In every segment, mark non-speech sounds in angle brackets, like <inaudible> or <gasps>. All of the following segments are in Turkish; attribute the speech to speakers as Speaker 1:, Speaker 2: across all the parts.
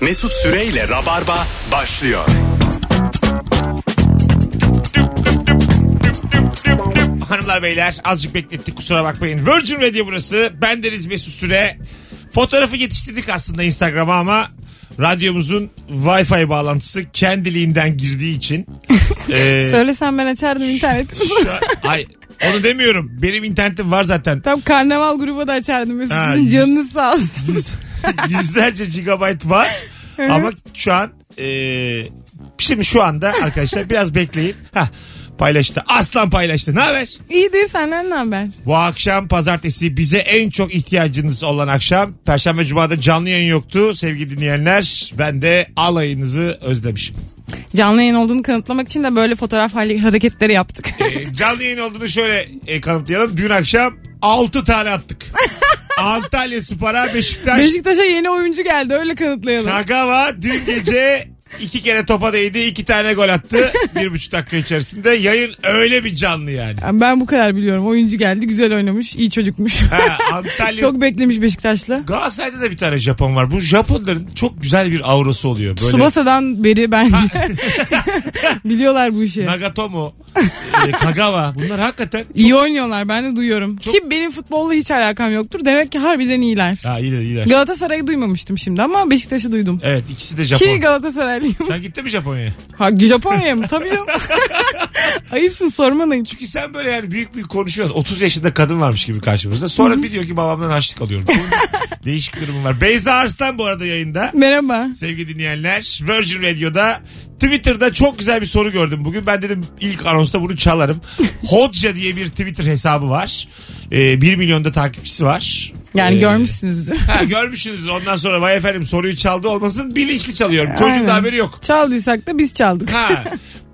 Speaker 1: Mesut Süreyle Rabarba başlıyor.
Speaker 2: Hanımlar beyler azıcık beklettik kusura bakmayın. Virgin Radio burası. Ben Deniz Mesut Süre. Fotoğrafı yetiştirdik aslında Instagram'a ama radyomuzun Wi-Fi bağlantısı kendiliğinden girdiği için. eee,
Speaker 3: Söylesem ben
Speaker 2: <laughs>
Speaker 3: açardım internetimi.
Speaker 2: şu an- ay, onu demiyorum. Benim internetim var zaten. <laughs>
Speaker 3: Tam karnaval grubu da açardım. Mesut.
Speaker 2: Ha,
Speaker 3: Sizin
Speaker 2: yüz-
Speaker 3: canınız sağ olsun.
Speaker 2: <laughs> Yüz- Yüzlerce gigabayt var. ama şu an eee şimdi şu anda arkadaşlar biraz bekleyin. Hah, paylaştı. Aslan paylaştı. Ne haber?
Speaker 3: İyidir senden ne haber?
Speaker 2: Bu akşam pazartesi bize en çok ihtiyacınız olan akşam. Perşembe Cuma'da canlı yayın yoktu sevgili dinleyenler. Ben de alayınızı özlemişim.
Speaker 3: Canlı yayın olduğunu kanıtlamak için de böyle fotoğraf hale- hareketleri yaptık.
Speaker 2: Ee, canlı yayın olduğunu şöyle e, kanıtlayalım. Dün akşam 6 tane attık. Antalya Spor'a Beşiktaş.
Speaker 3: <laughs> Beşiktaş'a yeni oyuncu geldi öyle kanıtlayalım.
Speaker 2: Kagawa dün gece iki kere topa değdi. iki tane gol attı. bir buçuk dakika içerisinde. Yayın öyle bir canlı yani.
Speaker 3: Yani Ben bu kadar biliyorum. Oyuncu geldi güzel oynamış iyi çocukmuş.
Speaker 2: Ha, Antalya
Speaker 3: Çok beklemiş Beşiktaş'la.
Speaker 2: Galatasaray'da da bir tane Japon var. Bu Japonların çok güzel bir aurası oluyor. Böyle
Speaker 3: Subasa'dan beri ben <laughs> biliyorlar bu işi.
Speaker 2: Nagatomo, e, Kagawa bunlar hakikaten
Speaker 3: İyi oynuyorlar ben de duyuyorum. Ki benim futbolla hiç alakam yoktur. Demek ki harbiden iyiler.
Speaker 2: ha iyiler iyiler.
Speaker 3: Galatasaray'ı duymamıştım şimdi ama Beşiktaş'ı duydum.
Speaker 2: Evet ikisi de
Speaker 3: Ki
Speaker 2: Japon. <laughs>
Speaker 3: Galatasaraylıyım.
Speaker 2: Sen gittin mi Japonya'ya?
Speaker 3: Ha, Japonya'ya mı? Tabii canım. <laughs> Ayıpsın sorman ayıp.
Speaker 2: Çünkü sen böyle yani büyük büyük konuşuyorsun. 30 yaşında kadın varmış gibi karşımızda. Sonra bir diyor ki babamdan harçlık alıyorum. Bunun Değişik durumum var. Beyza Arslan bu arada yayında.
Speaker 3: Merhaba.
Speaker 2: Sevgili dinleyenler Virgin Radio'da Twitter'da çok güzel bir soru gördüm bugün. Ben dedim ilk anonsta bunu çalarım. Hodja diye bir Twitter hesabı var. Ee, 1 milyonda takipçisi var.
Speaker 3: Yani
Speaker 2: Ee,
Speaker 3: görmüşsünüzdür.
Speaker 2: Ha, görmüşsünüz ondan sonra vay efendim soruyu çaldı olmasın bilinçli çalıyorum. Çocuğun
Speaker 3: Aynen.
Speaker 2: da haberi yok.
Speaker 3: Çaldıysak da biz çaldık.
Speaker 2: Ha.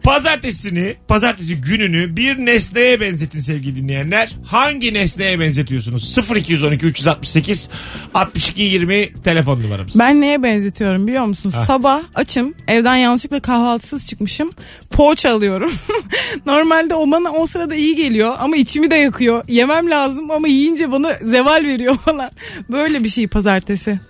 Speaker 2: Pazartesini, pazartesi gününü bir nesneye benzetin sevgili dinleyenler. Hangi nesneye benzetiyorsunuz? 0212 368 62 20 telefon numaramız.
Speaker 3: Ben neye benzetiyorum biliyor musun?
Speaker 2: Ha.
Speaker 3: Sabah açım. Evden yanlışlıkla kahvaltısız çıkmışım. Poğaça alıyorum. <laughs> Normalde o bana o sırada iyi geliyor ama içimi de yakıyor. Yemem lazım ama yiyince bana zeval veriyor <laughs> falan. Böyle bir şey pazartesi.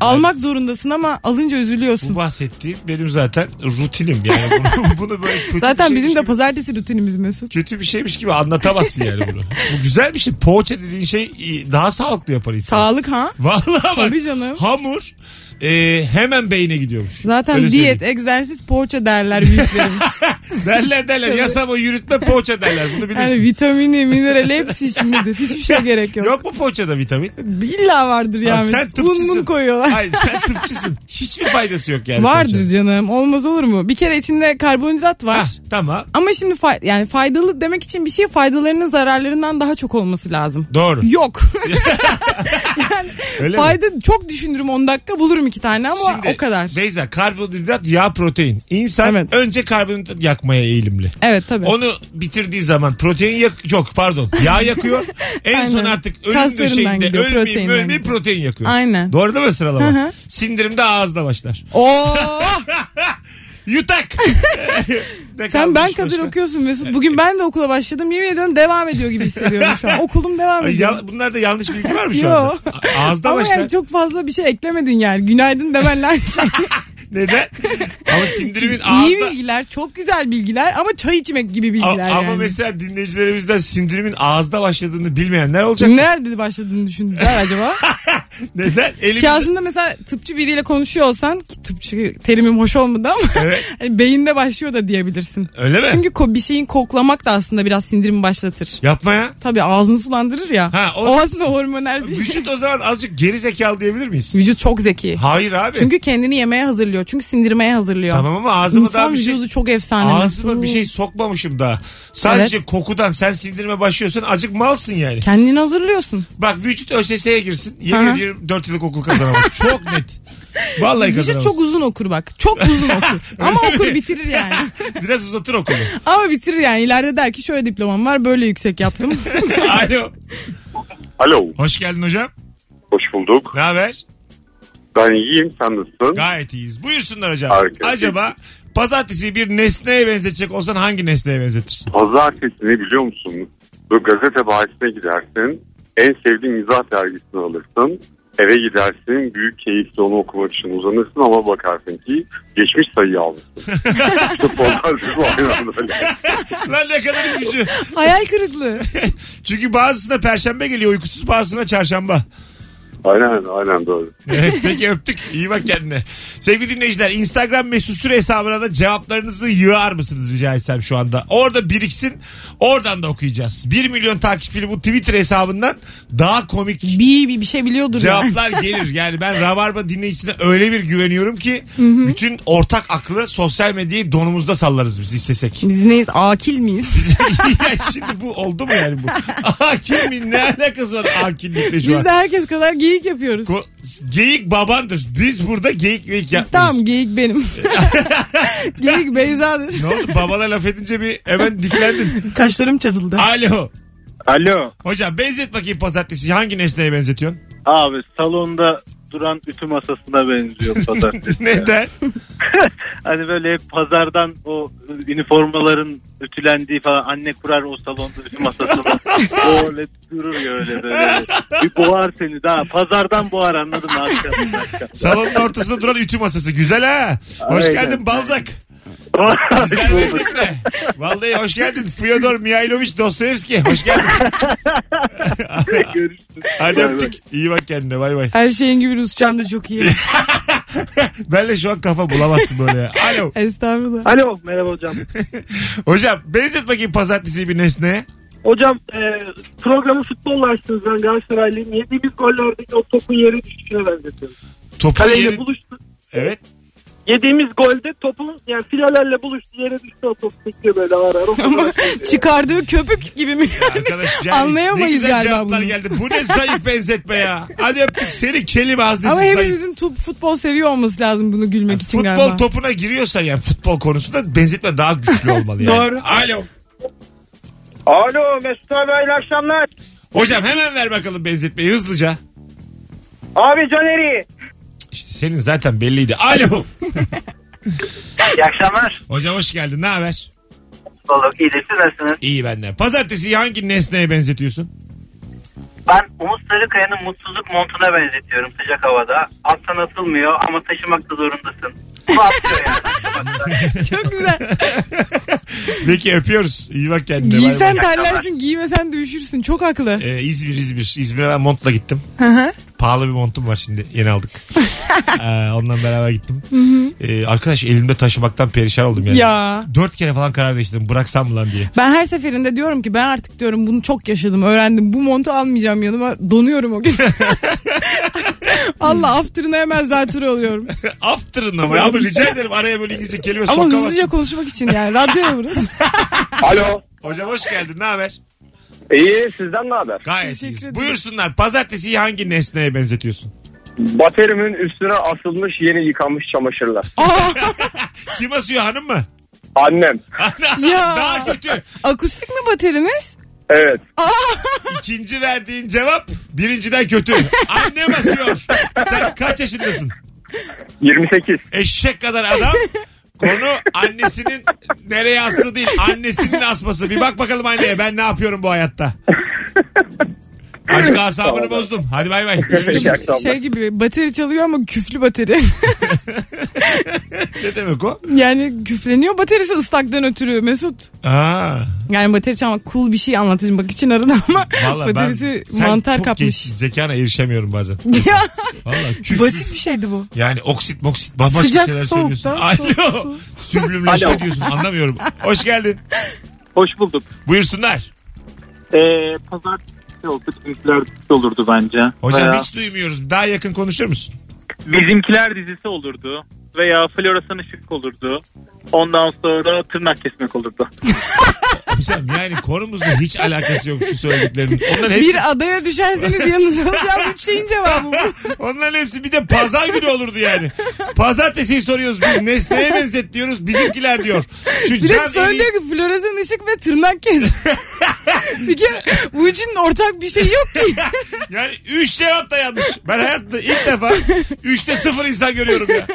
Speaker 3: Almak zorundasın ama alınca üzülüyorsun.
Speaker 2: Bu bahsettiğim benim zaten rutinim yani. Bunu, <laughs> bunu böyle kötü bir şey
Speaker 3: Zaten bizim de
Speaker 2: şeymiş gibi-
Speaker 3: pazartesi rutinimiz Mesut.
Speaker 2: kötü bir şeymiş gibi anlatamazsın yani bunu. Bu güzel bir şey. Poğaça dediğin şey e, daha sağlıklı yapar insanı.
Speaker 3: Sağlık ha?
Speaker 2: Vallahi bak
Speaker 3: Tabii canım.
Speaker 2: hamur e, hemen beyne gidiyormuş.
Speaker 3: Zaten
Speaker 2: Öyle söyleyeyim.
Speaker 3: diyet, egzersiz, poğaça derler büyüklerimiz.
Speaker 2: <laughs> Derler derler yasama yürütme poğaça derler bunu bilirsin.
Speaker 3: <laughs> yani vitamini, minerali hepsi içindedir.
Speaker 2: <laughs>
Speaker 3: Hiçbir şey Hani gerek yok.
Speaker 2: Yok mu poğaçada vitamin?
Speaker 3: İlla vardır ya.
Speaker 2: Lan
Speaker 3: Mesut.
Speaker 2: sen
Speaker 3: un
Speaker 2: tıpçısın.
Speaker 3: mun koyuyorlar.
Speaker 2: Hayır
Speaker 3: <laughs>
Speaker 2: sen tıpçısın. Hiçbir faydası yok yani.
Speaker 3: Vardır
Speaker 2: poğaçanın.
Speaker 3: canım. Olmaz olur mu? Bir kere içinde karbonhidrat var.
Speaker 2: Hah, tamam
Speaker 3: Ama şimdi fay- yani faydalı demek için bir şey faydalarının zararlarından daha çok olması lazım.
Speaker 2: doğru.
Speaker 3: <laughs> Yok.
Speaker 2: Öyle mi?
Speaker 3: Fayda çok düşünürüm 10 dakika bulurum iki tane ama
Speaker 2: Şimdi,
Speaker 3: o kadar.
Speaker 2: Beyza karbonhidrat yağ protein. İnsan
Speaker 3: Evet.
Speaker 2: önce karbonhidrat yakmaya eğilimli.
Speaker 3: Evet tabii.
Speaker 2: Onu bitirdiği zaman protein yak yok pardon
Speaker 3: <laughs>
Speaker 2: yağ yakıyor. En son
Speaker 3: Aynen.
Speaker 2: artık ölüm
Speaker 3: Kaslarından
Speaker 2: döşeğinde
Speaker 3: gidiyor,
Speaker 2: ölmeyeyim
Speaker 3: proteinden
Speaker 2: ölmeyeyim
Speaker 3: gidiyor.
Speaker 2: protein yakıyor.
Speaker 3: Aynen.
Speaker 2: Doğru değil mi sıralama?
Speaker 3: Hı hı.
Speaker 2: Sindirimde ağızda başlar.
Speaker 3: Oo, <laughs>
Speaker 2: Yutak. Ne
Speaker 3: sen
Speaker 2: kalmış
Speaker 3: ben kadar
Speaker 2: başka?
Speaker 3: okuyorsun Mesut. Bugün ben de okula başladım. Yemin ediyorum devam ediyor gibi hissediyorum
Speaker 2: <laughs>
Speaker 3: şu an. Okulum devam
Speaker 2: Ay,
Speaker 3: ediyor.
Speaker 2: ya- bunlarda yanlış bilgi var mı şu
Speaker 3: <laughs> Yo.
Speaker 2: anda? A- Ağızda
Speaker 3: Ama
Speaker 2: başlar.
Speaker 3: yani çok fazla bir şey eklemedin yani. Günaydın
Speaker 2: <laughs>
Speaker 3: demenle aynı şey. <laughs>
Speaker 2: Neden? Ama sindirimin
Speaker 3: İyi
Speaker 2: ağızda...
Speaker 3: bilgiler, çok güzel bilgiler ama çay içmek gibi
Speaker 2: A-
Speaker 3: bilgiler
Speaker 2: ama
Speaker 3: yani.
Speaker 2: mesela dinleyicilerimizden sindirimin ağızda başladığını bilmeyenler olacak.
Speaker 3: Nerede başladığını düşündüler acaba?
Speaker 2: <laughs> Hani Neden?
Speaker 3: Ki
Speaker 2: Elimizde...
Speaker 3: aslında mesela tıpçı biriyle konuşuyor olsan ki tıpçı terimim hoş olmadı ama
Speaker 2: Evet.
Speaker 3: <laughs> hani beyinde başlıyor da diyebilirsin.
Speaker 2: Öyle mi?
Speaker 3: Çünkü ko- bir şeyin koklamak da aslında biraz sindirimi başlatır.
Speaker 2: Yapma ya.
Speaker 3: Tabii ağzını sulandırır ya.
Speaker 2: Ha, o-
Speaker 3: o... aslında hormonal bir şey.
Speaker 2: Vücut o zaman azıcık geri zekalı diyebilir miyiz?
Speaker 3: <laughs> Vücut çok zeki.
Speaker 2: Hayır <laughs> abi.
Speaker 3: Çünkü kendini yemeye hazırlıyor. Çünkü sindirmeye hazırlıyor.
Speaker 2: Tamam ama ağzıma daha
Speaker 3: İnsan
Speaker 2: bir şey
Speaker 3: vücudu çok efsane.
Speaker 2: ağzıma bir şey sokmamışım daha. Sadece
Speaker 3: Evet.
Speaker 2: kokudan sen sindirme başlıyorsun acık malsın yani.
Speaker 3: Kendini hazırlıyorsun.
Speaker 2: Bak vücut ÖSS'ye girsin. Yemin
Speaker 3: Aha.
Speaker 2: ediyorum 4 yıllık okul
Speaker 3: <laughs>
Speaker 2: kazanamaz. çok net. Vallahi
Speaker 3: Vücut
Speaker 2: kazanamaz.
Speaker 3: çok uzun okur bak. Çok uzun okur. Ama
Speaker 2: <laughs> Öyle mi?
Speaker 3: okur bitirir yani.
Speaker 2: <laughs> Biraz uzatır okulu.
Speaker 3: Ama bitirir yani. İleride der ki şöyle diplomam var böyle yüksek yaptım. <laughs>
Speaker 2: Alo.
Speaker 4: Alo,
Speaker 2: Hoş geldin hocam.
Speaker 4: hoş bulduk.
Speaker 2: Ne haber?
Speaker 4: Ben iyiyim, sen nasılsın?
Speaker 2: Gayet iyiyiz. Buyursunlar hocam.
Speaker 4: Harika.
Speaker 2: Acaba pazartesi bir nesneye benzetecek olsan hangi nesneye
Speaker 3: <laughs>
Speaker 2: benzetirsin?
Speaker 4: Pazartesi ne biliyor musun? Böyle gazete bahisine gidersin. En sevdiğin mizah dergisini alırsın. Eve gidersin büyük keyifle onu okumak için uzanırsın ama bakarsın ki geçmiş sayıyı almışsın. Tıp olarsın aynı anda öyle.
Speaker 2: Lan ne kadar üzücü.
Speaker 3: Hayal kırıklığı.
Speaker 2: Çünkü bazısına perşembe geliyor uykusuz bazısına çarşamba.
Speaker 4: Aynen aynen doğru.
Speaker 2: Evet, peki öptük. İyi bak kendine. Sevgili dinleyiciler Instagram mesut süre hesabına da cevaplarınızı yığar mısınız rica etsem şu anda. Orada biriksin. Oradan da okuyacağız. 1 milyon takipçili bu Twitter hesabından daha komik
Speaker 3: Bir, bir, bir şey biliyordur yani.
Speaker 2: cevaplar gelir. Yani ben Rabarba dinleyicisine öyle bir güveniyorum ki bütün ortak aklı sosyal medyayı donumuzda sallarız biz
Speaker 3: <laughs>
Speaker 2: istesek.
Speaker 3: Biz neyiz? Akil miyiz?
Speaker 2: ya şimdi bu oldu mu yani bu? Hakim mi? Ne alakası var hakimlikle <laughs> şu
Speaker 3: Biz
Speaker 2: an?
Speaker 3: de herkes kadar geyik yapıyoruz. E,
Speaker 2: Ko- geyik babandır. Biz burada geyik geyik yapmıyoruz.
Speaker 3: Tamam geyik benim.
Speaker 2: <laughs>
Speaker 3: geyik Beyza'dır.
Speaker 2: Ne oldu? Babana laf edince bir hemen
Speaker 3: <laughs>
Speaker 2: diklendin.
Speaker 3: Kaşlarım çatıldı.
Speaker 2: Alo.
Speaker 5: Alo.
Speaker 2: Hocam benzet bakayım pazartesi. Hangi nesneye benzetiyorsun? <laughs>
Speaker 5: Abi salonda duran ütü masasına benziyor pazartesi.
Speaker 2: Neden?
Speaker 5: hani böyle hep pazardan o üniformaların ütülendiği falan anne kurar o salonda ütü masasına. o öyle durur ya öyle böyle. Bir boğar seni daha. Pazardan boğar anladın mı? Akşam, akşam.
Speaker 2: Salonun ortasında duran ütü masası. Güzel ha. Hoş
Speaker 5: Aynen.
Speaker 2: geldin Balzak. Güzel benzetme. Vallahi hoş geldin. Fyodor Mihailovic Dostoyevski. Hoş geldin.
Speaker 5: <laughs> Görüşürüz.
Speaker 2: Hadi
Speaker 5: Bay bay.
Speaker 2: öptük. İyi bak kendine. Bay bay.
Speaker 3: Her şeyin gibi Rusçam da çok iyi.
Speaker 2: Benle şu an kafa bulamazsın böyle. ya. Alo.
Speaker 3: Estağfurullah.
Speaker 5: Alo merhaba hocam.
Speaker 2: Hocam benzet bakayım pazartesi bir nesneye.
Speaker 6: Hocam e, programı futbolla açtınız ben Galatasaraylıyım. Yediğimiz gollerdeki o topun yere düşüşüne benzetiyorum.
Speaker 2: Topu
Speaker 6: Kaleyle
Speaker 2: yeri-
Speaker 6: buluştu.
Speaker 2: Evet.
Speaker 6: Yediğimiz golde topun yani filalerle buluştu yere düştü o top sekiyor böyle ağır ağır. O
Speaker 5: <laughs>
Speaker 6: kadar.
Speaker 3: Çıkardığı köpük gibi mi?
Speaker 2: Arkadaş yani ne
Speaker 3: Anlayamayız
Speaker 2: güzel
Speaker 3: galiba
Speaker 2: cevaplar
Speaker 3: bunu.
Speaker 2: geldi. Bu ne zayıf benzetme ya. Hadi öptük seni kelime az
Speaker 3: Ama
Speaker 2: zayıf.
Speaker 3: hepimizin tu- futbol seviyor olması lazım bunu gülmek için
Speaker 2: futbol
Speaker 3: galiba.
Speaker 2: topuna giriyorsa yani futbol konusunda benzetme daha güçlü olmalı yani.
Speaker 3: Doğru.
Speaker 2: Alo.
Speaker 6: Alo Mesut abi hayırlı akşamlar.
Speaker 2: Hocam hemen ver bakalım benzetmeyi hızlıca.
Speaker 6: Abi Caner'i.
Speaker 2: İşte senin zaten belliydi. Alo.
Speaker 7: İyi akşamlar.
Speaker 2: Hocam hoş geldin. Ne haber?
Speaker 7: Oğlum iyidir siz nasılsınız?
Speaker 2: İyi benden. Pazartesi hangi nesneye benzetiyorsun?
Speaker 7: Ben Umut Sarıkaya'nın mutsuzluk montuna benzetiyorum sıcak havada. Alttan atılmıyor ama taşımak da zorundasın. Bu atıyor yani.
Speaker 3: Çok güzel.
Speaker 2: Peki öpüyoruz. İyi bak kendine. Bay bay.
Speaker 3: Giysen terlersin, giymesen de üşürsün. Çok haklı.
Speaker 2: Ee, İzmir İzmir. İzmir'e ben montla gittim. Pahalı bir montum var şimdi. Yeni
Speaker 3: <laughs>
Speaker 2: aldık. ee, ondan beraber gittim. Ee, arkadaş elimde taşımaktan perişan oldum yani.
Speaker 3: Ya.
Speaker 2: Dört kere falan karar değiştirdim. Bıraksam mı lan diye. <laughs>
Speaker 3: Ben her seferinde diyorum ki ben artık diyorum bunu çok yaşadım, öğrendim. Bu montu almayacağım yanıma. Donuyorum o gün. <laughs> Allah after'ına hemen zatürre oluyorum.
Speaker 2: After'ın ama ya. Rica ederim araya böyle İngilizce kelime
Speaker 3: Ama
Speaker 2: sokamazsın.
Speaker 3: hızlıca konuşmak için yani. Radyoya burası.
Speaker 4: Alo.
Speaker 2: Hocam hoş geldin. Ne haber?
Speaker 4: İyi sizden ne haber?
Speaker 2: Gayet
Speaker 3: Teşekkür
Speaker 2: iyiyiz.
Speaker 3: ederim.
Speaker 2: Buyursunlar. Pazartesiyi hangi nesneye benzetiyorsun? <laughs>
Speaker 4: Baterimin üstüne asılmış yeni yıkanmış çamaşırlar.
Speaker 3: Aa,
Speaker 2: Kim asıyor hanım mı? <laughs>
Speaker 4: Annem.
Speaker 3: Ya.
Speaker 2: Daha kötü.
Speaker 3: akustik mi baterimiz?
Speaker 4: Evet.
Speaker 2: İkinci verdiğin cevap birinciden
Speaker 3: <laughs>
Speaker 2: kötü. Annem asıyor. Sen kaç yaşındasın?
Speaker 4: 28.
Speaker 2: eşek kadar adam. Konu annesinin nereye astığı değil. Annesinin asması. Bir bak bakalım anneye ben ne yapıyorum bu hayatta. Aşk asabını bozdum. Hadi bay bay.
Speaker 4: Peki, akşamlar.
Speaker 3: Şey gibi bateri çalıyor ama küflü bateri.
Speaker 2: ne demek o?
Speaker 3: yani küfleniyor baterisi ıslaktan ötürü Mesut.
Speaker 2: Aa,
Speaker 3: Yani bateri çalmak cool bir şey anlatmak için arada ama
Speaker 2: vallahi ben,
Speaker 3: <laughs> baterisi
Speaker 2: sen
Speaker 3: mantar
Speaker 2: çok
Speaker 3: kapmış.
Speaker 2: gençsin. Zekana erişemiyorum bazen. <laughs>
Speaker 3: ya
Speaker 2: Vallahi küfür.
Speaker 3: basit bir şeydi bu.
Speaker 2: Yani oksit moksit bambaşka
Speaker 3: Sıcak,
Speaker 2: şeyler
Speaker 3: soğuktan,
Speaker 2: söylüyorsun.
Speaker 3: soğuk,
Speaker 2: Alo.
Speaker 3: su.
Speaker 2: Süblümleşme diyorsun anlamıyorum. Hoş geldin.
Speaker 5: <laughs> Hoş bulduk.
Speaker 2: Buyursunlar.
Speaker 5: Ee, pazartesi olsa bizimkiler dizisi olurdu bence.
Speaker 2: Hocam
Speaker 5: Veya
Speaker 2: hiç duymuyoruz. Daha yakın konuşur musun?
Speaker 5: Bizimkiler dizisi olurdu. Veya Floresan Işık olurdu. Ondan sonra tırnak kesmek olurdu.
Speaker 2: Hocam yani konumuzla hiç alakası yok şu söylediklerinin. Onların hepsi
Speaker 3: Bir adaya düşerseniz yanınıza alacağız üç şeyin cevabı bu.
Speaker 2: Onların hepsi bir de pazar günü olurdu yani. Pazartesiyi soruyoruz. Biz nesneye benzet diyoruz. Bizimkiler diyor. Şu
Speaker 3: Bir de
Speaker 2: can eli-
Speaker 3: söylüyor ki floresan ışık ve tırnak kes. <laughs> bir kere bu için ortak bir şey yok
Speaker 2: <laughs>
Speaker 3: ki.
Speaker 2: Yani 3 cevap da yanlış. Ben hayatımda ilk defa 3'te 0 insan görüyorum ya.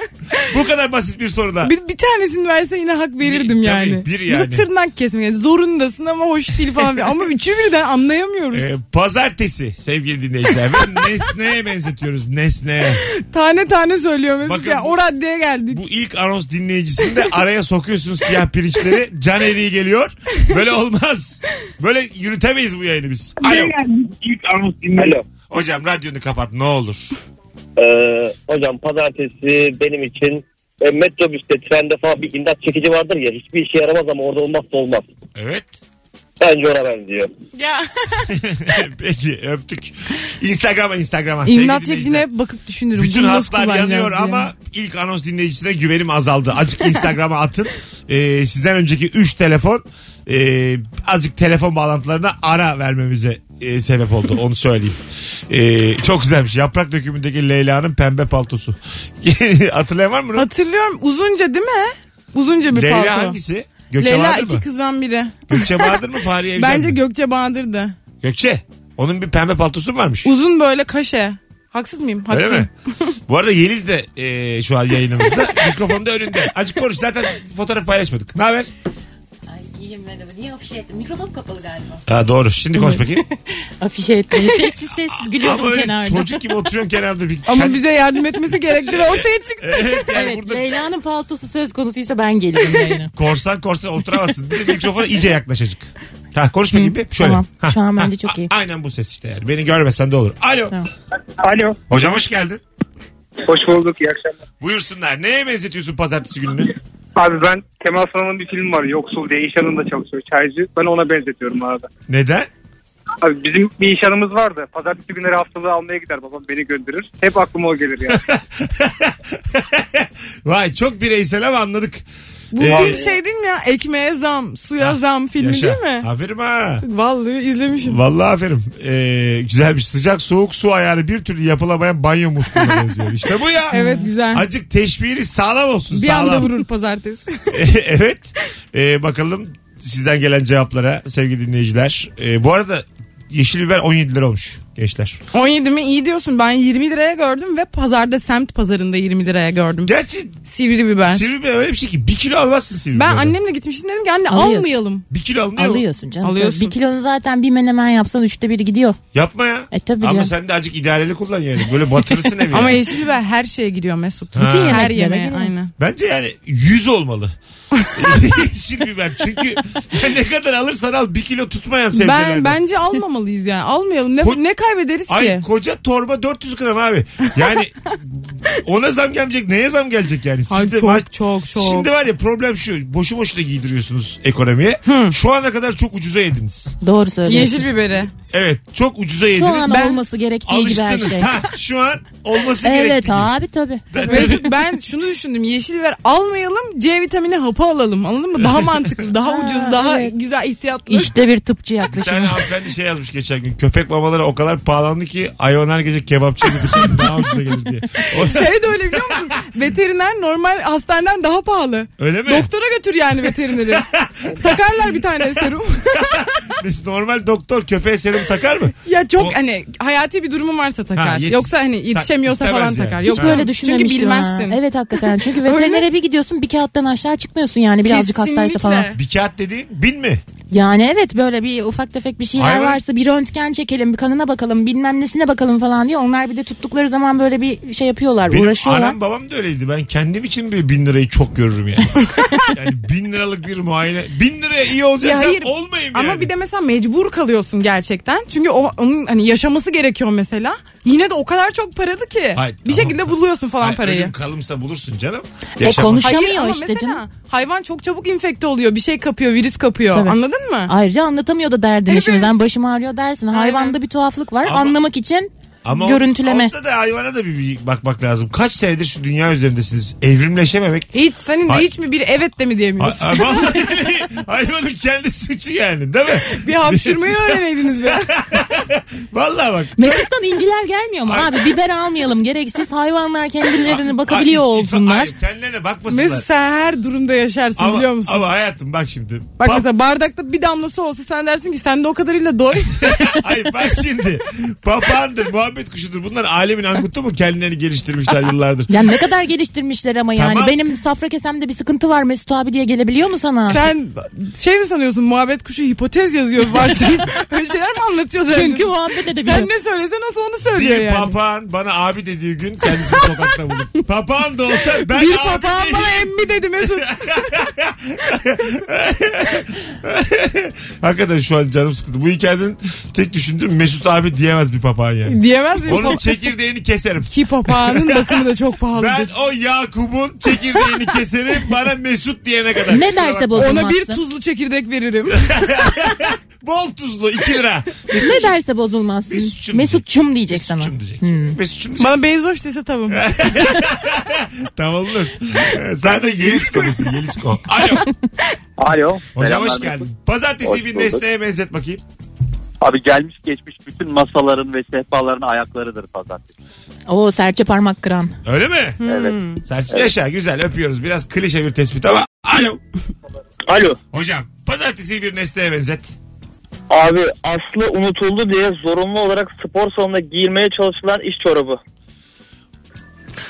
Speaker 2: Bu kadar basit bir soruda.
Speaker 3: Bir, bir tanesini verse yine hak verirdim
Speaker 2: Bir-
Speaker 3: yani.
Speaker 2: tabii, bir yani.
Speaker 3: Bizi tırnak kesmek. Yani zorunlu yanındasın ama hoş değil falan. ama üçü birden anlayamıyoruz.
Speaker 2: Ee, pazartesi sevgili dinleyiciler. Ve nesneye benzetiyoruz nesneye.
Speaker 3: Tane tane söylüyor Mesut
Speaker 2: Bakın
Speaker 3: ya.
Speaker 2: bu-
Speaker 3: O raddeye geldik.
Speaker 2: Bu ilk anons dinleyicisini de araya sokuyorsun siyah pirinçleri. Can eriği geliyor. Böyle olmaz. Böyle yürütemeyiz bu yayını biz. Alo.
Speaker 8: İlk anons dinledim.
Speaker 2: Hocam radyonu kapat ne olur.
Speaker 8: Ee, hocam pazartesi benim için e, metrobüste, trende falan bir imdat çekici vardır ya. Hiçbir işe yaramaz ama orada olmazsa olmaz.
Speaker 2: Evet. <laughs>
Speaker 8: Bence ona benziyor.
Speaker 3: Ya.
Speaker 2: Peki öptük. Instagram'a Instagram'a. sevgili
Speaker 3: İmdat çekicine
Speaker 2: dinleyiciler.
Speaker 3: hep bakıp düşünürüm.
Speaker 2: Bütün
Speaker 3: Windows
Speaker 2: hatlar
Speaker 3: kullanacağız
Speaker 2: yanıyor
Speaker 3: diye.
Speaker 2: ama ilk anons dinleyicisine güvenim azaldı. Azıcık Instagram'a atın. <laughs> Ee, sizden önceki 3 telefon e, azıcık telefon bağlantılarına ara vermemize e, sebep oldu. Onu söyleyeyim. Ee, çok güzelmiş. Yaprak dökümündeki Leyla'nın pembe paltosu. <laughs> Hatırlayan var mı bunu?
Speaker 3: Hatırlıyorum uzunca değil mi? Uzunca bir
Speaker 2: Leyla
Speaker 3: palto.
Speaker 2: hangisi? Gökçe
Speaker 3: Leyla
Speaker 2: Bahadır
Speaker 3: iki
Speaker 2: mı?
Speaker 3: kızdan biri.
Speaker 2: Gökçe Bahadır mı? Fahriye
Speaker 3: <laughs>
Speaker 2: Evcen
Speaker 3: Bence
Speaker 2: mi?
Speaker 3: Gökçe Bahadır'dı.
Speaker 2: Gökçe. Onun bir pembe paltosu mu varmış?
Speaker 3: Uzun böyle kaşe. Haksız mıyım? Haksız.
Speaker 2: Öyle mi? Bu arada Yeliz de e, şu an yayınımızda. <laughs> Mikrofonu da önünde. Açık konuş zaten fotoğraf paylaşmadık. Ne haber?
Speaker 9: Ay iyiyim merhaba. Niye afişe ettim? Mikrofon kapalı galiba.
Speaker 2: Ha, doğru. Şimdi konuş bakayım.
Speaker 9: Afişe <laughs> ettim. Sessiz sessiz
Speaker 2: <laughs> Ama
Speaker 9: gülüyordum
Speaker 2: öyle
Speaker 9: kenarda.
Speaker 2: çocuk gibi oturuyorsun kenarda. Bir,
Speaker 3: Ama
Speaker 2: Kend-
Speaker 3: bize yardım etmesi gerektiği ortaya çıktı.
Speaker 2: Evet yani
Speaker 9: Evet
Speaker 2: burada
Speaker 9: Leyla'nın paltosu söz konusuysa ben
Speaker 3: <laughs>
Speaker 9: gelirim yayına.
Speaker 2: korsan korsan oturamazsın. Bir de mikrofona iyice yaklaşacak. Ha, konuş bakayım bir. Şöyle.
Speaker 9: tamam.
Speaker 2: Ha,
Speaker 9: Şu an bence
Speaker 2: ha,
Speaker 9: çok
Speaker 2: a-
Speaker 9: iyi.
Speaker 2: Aynen bu ses işte yani. Beni görmesen de olur. Alo.
Speaker 9: Tamam.
Speaker 6: Alo.
Speaker 2: Hocam hoş geldin.
Speaker 6: Hoş bulduk. iyi akşamlar.
Speaker 2: Buyursunlar. Neye benzetiyorsun pazartesi gününü?
Speaker 6: Abi ben Kemal Sunal'ın bir film var. Yoksul diye iş yanında çalışıyor çaycı. Ben ona benzetiyorum arada.
Speaker 2: Neden? <laughs>
Speaker 6: Abi bizim bir iş yanımız vardı. Pazartesi günleri haftalığı almaya gider babam beni gönderir. Hep aklıma o gelir yani.
Speaker 2: Vay çok bireysel ama anladık.
Speaker 3: Bu
Speaker 2: Ee,
Speaker 3: film şey değil mi ya? Ekmeğe zam, suya zam filmi
Speaker 2: Yaşa.
Speaker 3: değil mi?
Speaker 2: Aferin ha.
Speaker 3: Vallahi izlemişim.
Speaker 2: Vallahi aferin. Ee, güzelmiş. Sıcak soğuk su ayarı bir türlü yapılamayan banyo musluğuna benziyor. İşte bu ya.
Speaker 3: <laughs> Evet, güzel.
Speaker 2: Azıcık teşbiri sağlam olsun.
Speaker 3: bir
Speaker 2: sağlam.
Speaker 3: anda vurur pazartesi.
Speaker 2: <laughs>
Speaker 3: <laughs>
Speaker 2: evet. Ee, bakalım sizden gelen cevaplara sevgili dinleyiciler. Ee, bu arada yeşil biber 17 lira olmuş gençler.
Speaker 3: 17 mi iyi diyorsun. Ben 20 liraya gördüm ve pazarda semt pazarında 20 liraya gördüm.
Speaker 2: Gerçi
Speaker 3: Sivri biber.
Speaker 2: sivri biber öyle bir şey ki bir kilo almazsın sivri
Speaker 3: Ben
Speaker 2: biberden.
Speaker 3: annemle gitmiştim dedim ki anne
Speaker 9: Alıyorsun.
Speaker 3: almayalım.
Speaker 2: Bir kilo alınıyor. mu?
Speaker 9: Alıyorsun canım.
Speaker 3: Alıyorsun.
Speaker 9: Bir kilonu zaten bir menemen yapsan üçte biri gidiyor.
Speaker 2: Yapma ya.
Speaker 9: E, tabii
Speaker 2: Ama
Speaker 9: ya.
Speaker 2: sen de azıcık idareli kullan yani. Böyle
Speaker 9: <laughs>
Speaker 2: batırırsın evi.
Speaker 3: Ama
Speaker 2: yani.
Speaker 3: yeşil biber her şeye giriyor Mesut.
Speaker 2: Ha. Bütün
Speaker 3: her
Speaker 9: yemeklere
Speaker 3: yemeğe
Speaker 9: giriyor.
Speaker 3: aynen.
Speaker 2: Bence yani 100 olmalı.
Speaker 3: <laughs>
Speaker 2: Yeşil biber. Çünkü ne kadar alırsan al bir kilo tutmayan sebzelerden.
Speaker 3: Ben bence almamalıyız yani. Almayalım. Ne,
Speaker 2: Ko-
Speaker 3: ne kaybederiz ki?
Speaker 2: Ay koca torba 400 gram abi. Yani <laughs> ona zam gelmeyecek. Neye zam gelecek yani? Siz
Speaker 3: Ay
Speaker 2: de
Speaker 3: çok,
Speaker 2: ma-
Speaker 3: çok çok
Speaker 2: Şimdi var ya problem şu. Boşu boşuna giydiriyorsunuz ekonomiye. Şu ana kadar çok ucuza yediniz.
Speaker 9: Doğru söylüyorsun.
Speaker 3: Yeşil
Speaker 2: <laughs>
Speaker 3: biberi.
Speaker 2: Evet çok ucuza
Speaker 9: Şu
Speaker 2: yediniz.
Speaker 9: an
Speaker 3: Ben-
Speaker 9: olması gerektiği gibi her
Speaker 2: Alıştınız.
Speaker 9: şey.
Speaker 2: Ha, şu an olması
Speaker 9: Evet
Speaker 2: gerektiği.
Speaker 9: abi tabii.
Speaker 3: Mesut ben şunu düşündüm. Yeşil biber almayalım. C vitamini hapı alalım. Anladın mı? Daha mantıklı, <laughs> daha ucuz, daha
Speaker 9: evet.
Speaker 3: güzel ihtiyatlı.
Speaker 9: İşte bir tıpçı
Speaker 2: Bir
Speaker 9: yaklaşımı.
Speaker 2: tane hanımefendi şey yazmış geçen gün. Köpek mamaları o kadar pahalandı ki ayvan her gece kebapçıya gidiyorsun daha ucuza gelir diye. O-
Speaker 3: <laughs> Şey de öyle biliyor musun? Veteriner normal hastaneden daha pahalı.
Speaker 2: öyle mi?
Speaker 3: Doktora götür yani veterineri. Takarlar bir tane serum.
Speaker 2: <laughs> Biz normal doktor köpeğe serum takar mı?
Speaker 3: ya çok
Speaker 2: O-
Speaker 3: hani hayati bir durumu varsa takar.
Speaker 2: Ha, yetiş-
Speaker 3: Yoksa hani yetişemiyorsa
Speaker 2: istemez
Speaker 3: falan
Speaker 2: yani.
Speaker 3: takar.
Speaker 2: Hiç
Speaker 3: Yok
Speaker 9: Hiç böyle düşünmemiştim.
Speaker 3: Çünkü bilmezsin.
Speaker 9: ha. Evet hakikaten. Çünkü
Speaker 3: Öyle.
Speaker 9: veterinere bir gidiyorsun bir kağıttan aşağı çıkmıyorsun yani birazcık hastaysa falan.
Speaker 3: Kesinlikle.
Speaker 2: Bir kağıt dediğin bin mi?
Speaker 9: Yani evet böyle bir ufak tefek bir şeyler
Speaker 2: Hayvan-
Speaker 9: varsa bir röntgen çekelim bir kanına bakalım bilmem nesine bakalım falan diye. Onlar bir de tuttukları zaman böyle bir şey yapıyorlar
Speaker 2: Benim
Speaker 9: uğraşıyorlar.
Speaker 2: anam babam da öyleydi. Ben kendim için bir bin lirayı çok görürüm
Speaker 3: <laughs>
Speaker 2: yani. yani bin liralık bir muayene. Bin liraya iyi
Speaker 3: Ya
Speaker 2: olacaksan
Speaker 3: hayır.
Speaker 2: olmayayım yani.
Speaker 3: Ama bir de mesela mecbur kalıyorsun gerçekten. Çünkü o onun hani yaşaması gerekiyor mesela. Yine de o kadar çok paralı ki.
Speaker 2: Hayır,
Speaker 3: bir
Speaker 2: tamam.
Speaker 3: şekilde buluyorsun falan
Speaker 2: Hani
Speaker 3: parayı.
Speaker 2: ölüm kalımsa bulursun canım.
Speaker 9: E,
Speaker 2: Yaşamaz.
Speaker 9: konuş-
Speaker 3: Hayır
Speaker 9: Yaşamıyor
Speaker 3: ama
Speaker 9: işte
Speaker 3: mesela
Speaker 9: canım.
Speaker 3: hayvan çok çabuk infekte oluyor. Bir şey kapıyor, virüs kapıyor.
Speaker 9: Tabii.
Speaker 3: Anladın mı?
Speaker 9: Ayrıca anlatamıyor da derdini
Speaker 3: Evet.
Speaker 9: şimdi. Sen başım ağrıyor dersin. Hayvanda bir tuhaflık var.
Speaker 2: Ama-
Speaker 9: Anlamak için
Speaker 2: Ama
Speaker 9: görüntüleme.
Speaker 2: Onda da hayvana da bir, bir bakmak lazım. Kaç senedir şu dünya üzerindesiniz. Evrimleşememek.
Speaker 3: Hiç senin de
Speaker 2: Ay-
Speaker 3: hiç mi bir evet de mi
Speaker 2: Ha-
Speaker 3: diyemiyorsun?
Speaker 2: ha- vallahi <laughs> Hayvanın kendi suçu yani değil mi?
Speaker 3: <laughs>
Speaker 2: <laughs>
Speaker 3: bir hapşırmayı öğreneydiniz be.
Speaker 2: Vallahi bak.
Speaker 9: Mesut'tan inciler gelmiyor mu?
Speaker 2: Ay-
Speaker 9: Abi biber almayalım. Gereksiz hayvanlar kendilerini Hani bakabiliyor
Speaker 2: Ay,
Speaker 9: olsunlar.
Speaker 2: Hayır, kendilerine bakmasınlar.
Speaker 3: Mesut sen her durumda yaşarsın
Speaker 2: ama,
Speaker 3: biliyor musun?
Speaker 2: Ama hayatım bak şimdi.
Speaker 3: Bak
Speaker 2: <laughs> Pap-
Speaker 3: mesela bardakta
Speaker 2: <laughs>
Speaker 3: bir damlası olsa sen dersin ki sen de o kadarıyla doy.
Speaker 2: Ay bak şimdi. Papağandır, muhabbet muhabbet kuşudur. Bunlar alemin angutu mu kendilerini geliştirmişler
Speaker 3: <laughs>
Speaker 2: yıllardır.
Speaker 9: Ya ne kadar geliştirmişler ama yani.
Speaker 2: Tamam.
Speaker 9: Benim safra kesemde bir sıkıntı var Mesut abi diye gelebiliyor mu sana?
Speaker 3: Sen şey mi sanıyorsun muhabbet kuşu hipotez yazıyor varsayım.
Speaker 2: <laughs>
Speaker 3: Öyle şeyler mi anlatıyor sen?
Speaker 9: Çünkü muhabbet edebiliyor.
Speaker 3: sen ne söylesen o onu söylüyor
Speaker 2: Bir
Speaker 3: yani.
Speaker 2: papağan bana abi dediği gün kendisini sokakta
Speaker 3: <laughs>
Speaker 2: bulur. Papağan da olsa ben
Speaker 3: bir
Speaker 2: abi
Speaker 3: papağan
Speaker 2: değilim.
Speaker 3: bana emmi
Speaker 2: <laughs>
Speaker 3: dedi Mesut.
Speaker 2: Hakikaten şu an canım sıkıldı. Bu hikayeden tek düşündüğüm Mesut abi diyemez bir papağan
Speaker 3: <laughs>
Speaker 2: yani.
Speaker 3: Diyemez miyim?
Speaker 2: Onun
Speaker 3: Papa-
Speaker 2: çekirdeğini keserim. <laughs>
Speaker 3: Ki papağanın bakımı da çok
Speaker 2: şey- Ben
Speaker 3: pahalıdır.
Speaker 2: o Yakup'un
Speaker 9: <laughs>
Speaker 2: çekirdeğini keserim bana Mesut diyene kadar.
Speaker 9: Ne
Speaker 2: Kusura
Speaker 9: derse
Speaker 2: bakma.
Speaker 9: bozulmazsın.
Speaker 3: Ona bir tuzlu
Speaker 2: <laughs>
Speaker 3: çekirdek veririm.
Speaker 2: Bol tuzlu 2
Speaker 9: <laughs>
Speaker 2: lira.
Speaker 9: Ne derse bozulmazsın.
Speaker 2: Mesutçum
Speaker 9: Mesutçum diyecek sana.
Speaker 2: Mesut'cum diyecek.
Speaker 9: Hmm.
Speaker 2: Mesut'cum diyecek.
Speaker 3: bana benzoş dese tamam.
Speaker 2: Tamam olur. Ee, Sen de Yelisko'lusun Yelisko. <laughs> Alo.
Speaker 5: Alo.
Speaker 2: Hocam hoş
Speaker 5: Selamlar
Speaker 2: geldin. Pazartesi bir
Speaker 5: Hoş bulduk.
Speaker 2: nesneye benzet bakayım.
Speaker 5: Abi gelmiş geçmiş bütün masaların ve sehpaların ayaklarıdır pazartesi.
Speaker 9: Oo serçe parmak kıran.
Speaker 2: Öyle mi?
Speaker 9: Hmm.
Speaker 5: Evet.
Speaker 2: Sen yaşa güzel öpüyoruz. Biraz klişe bir tespit ama. Alo.
Speaker 8: Alo.
Speaker 2: Hocam pazartesi bir nesneye benzet.
Speaker 8: Abi Aslı unutuldu diye zorunlu olarak spor salonuna giyilmeye çalışılan iş çorabı.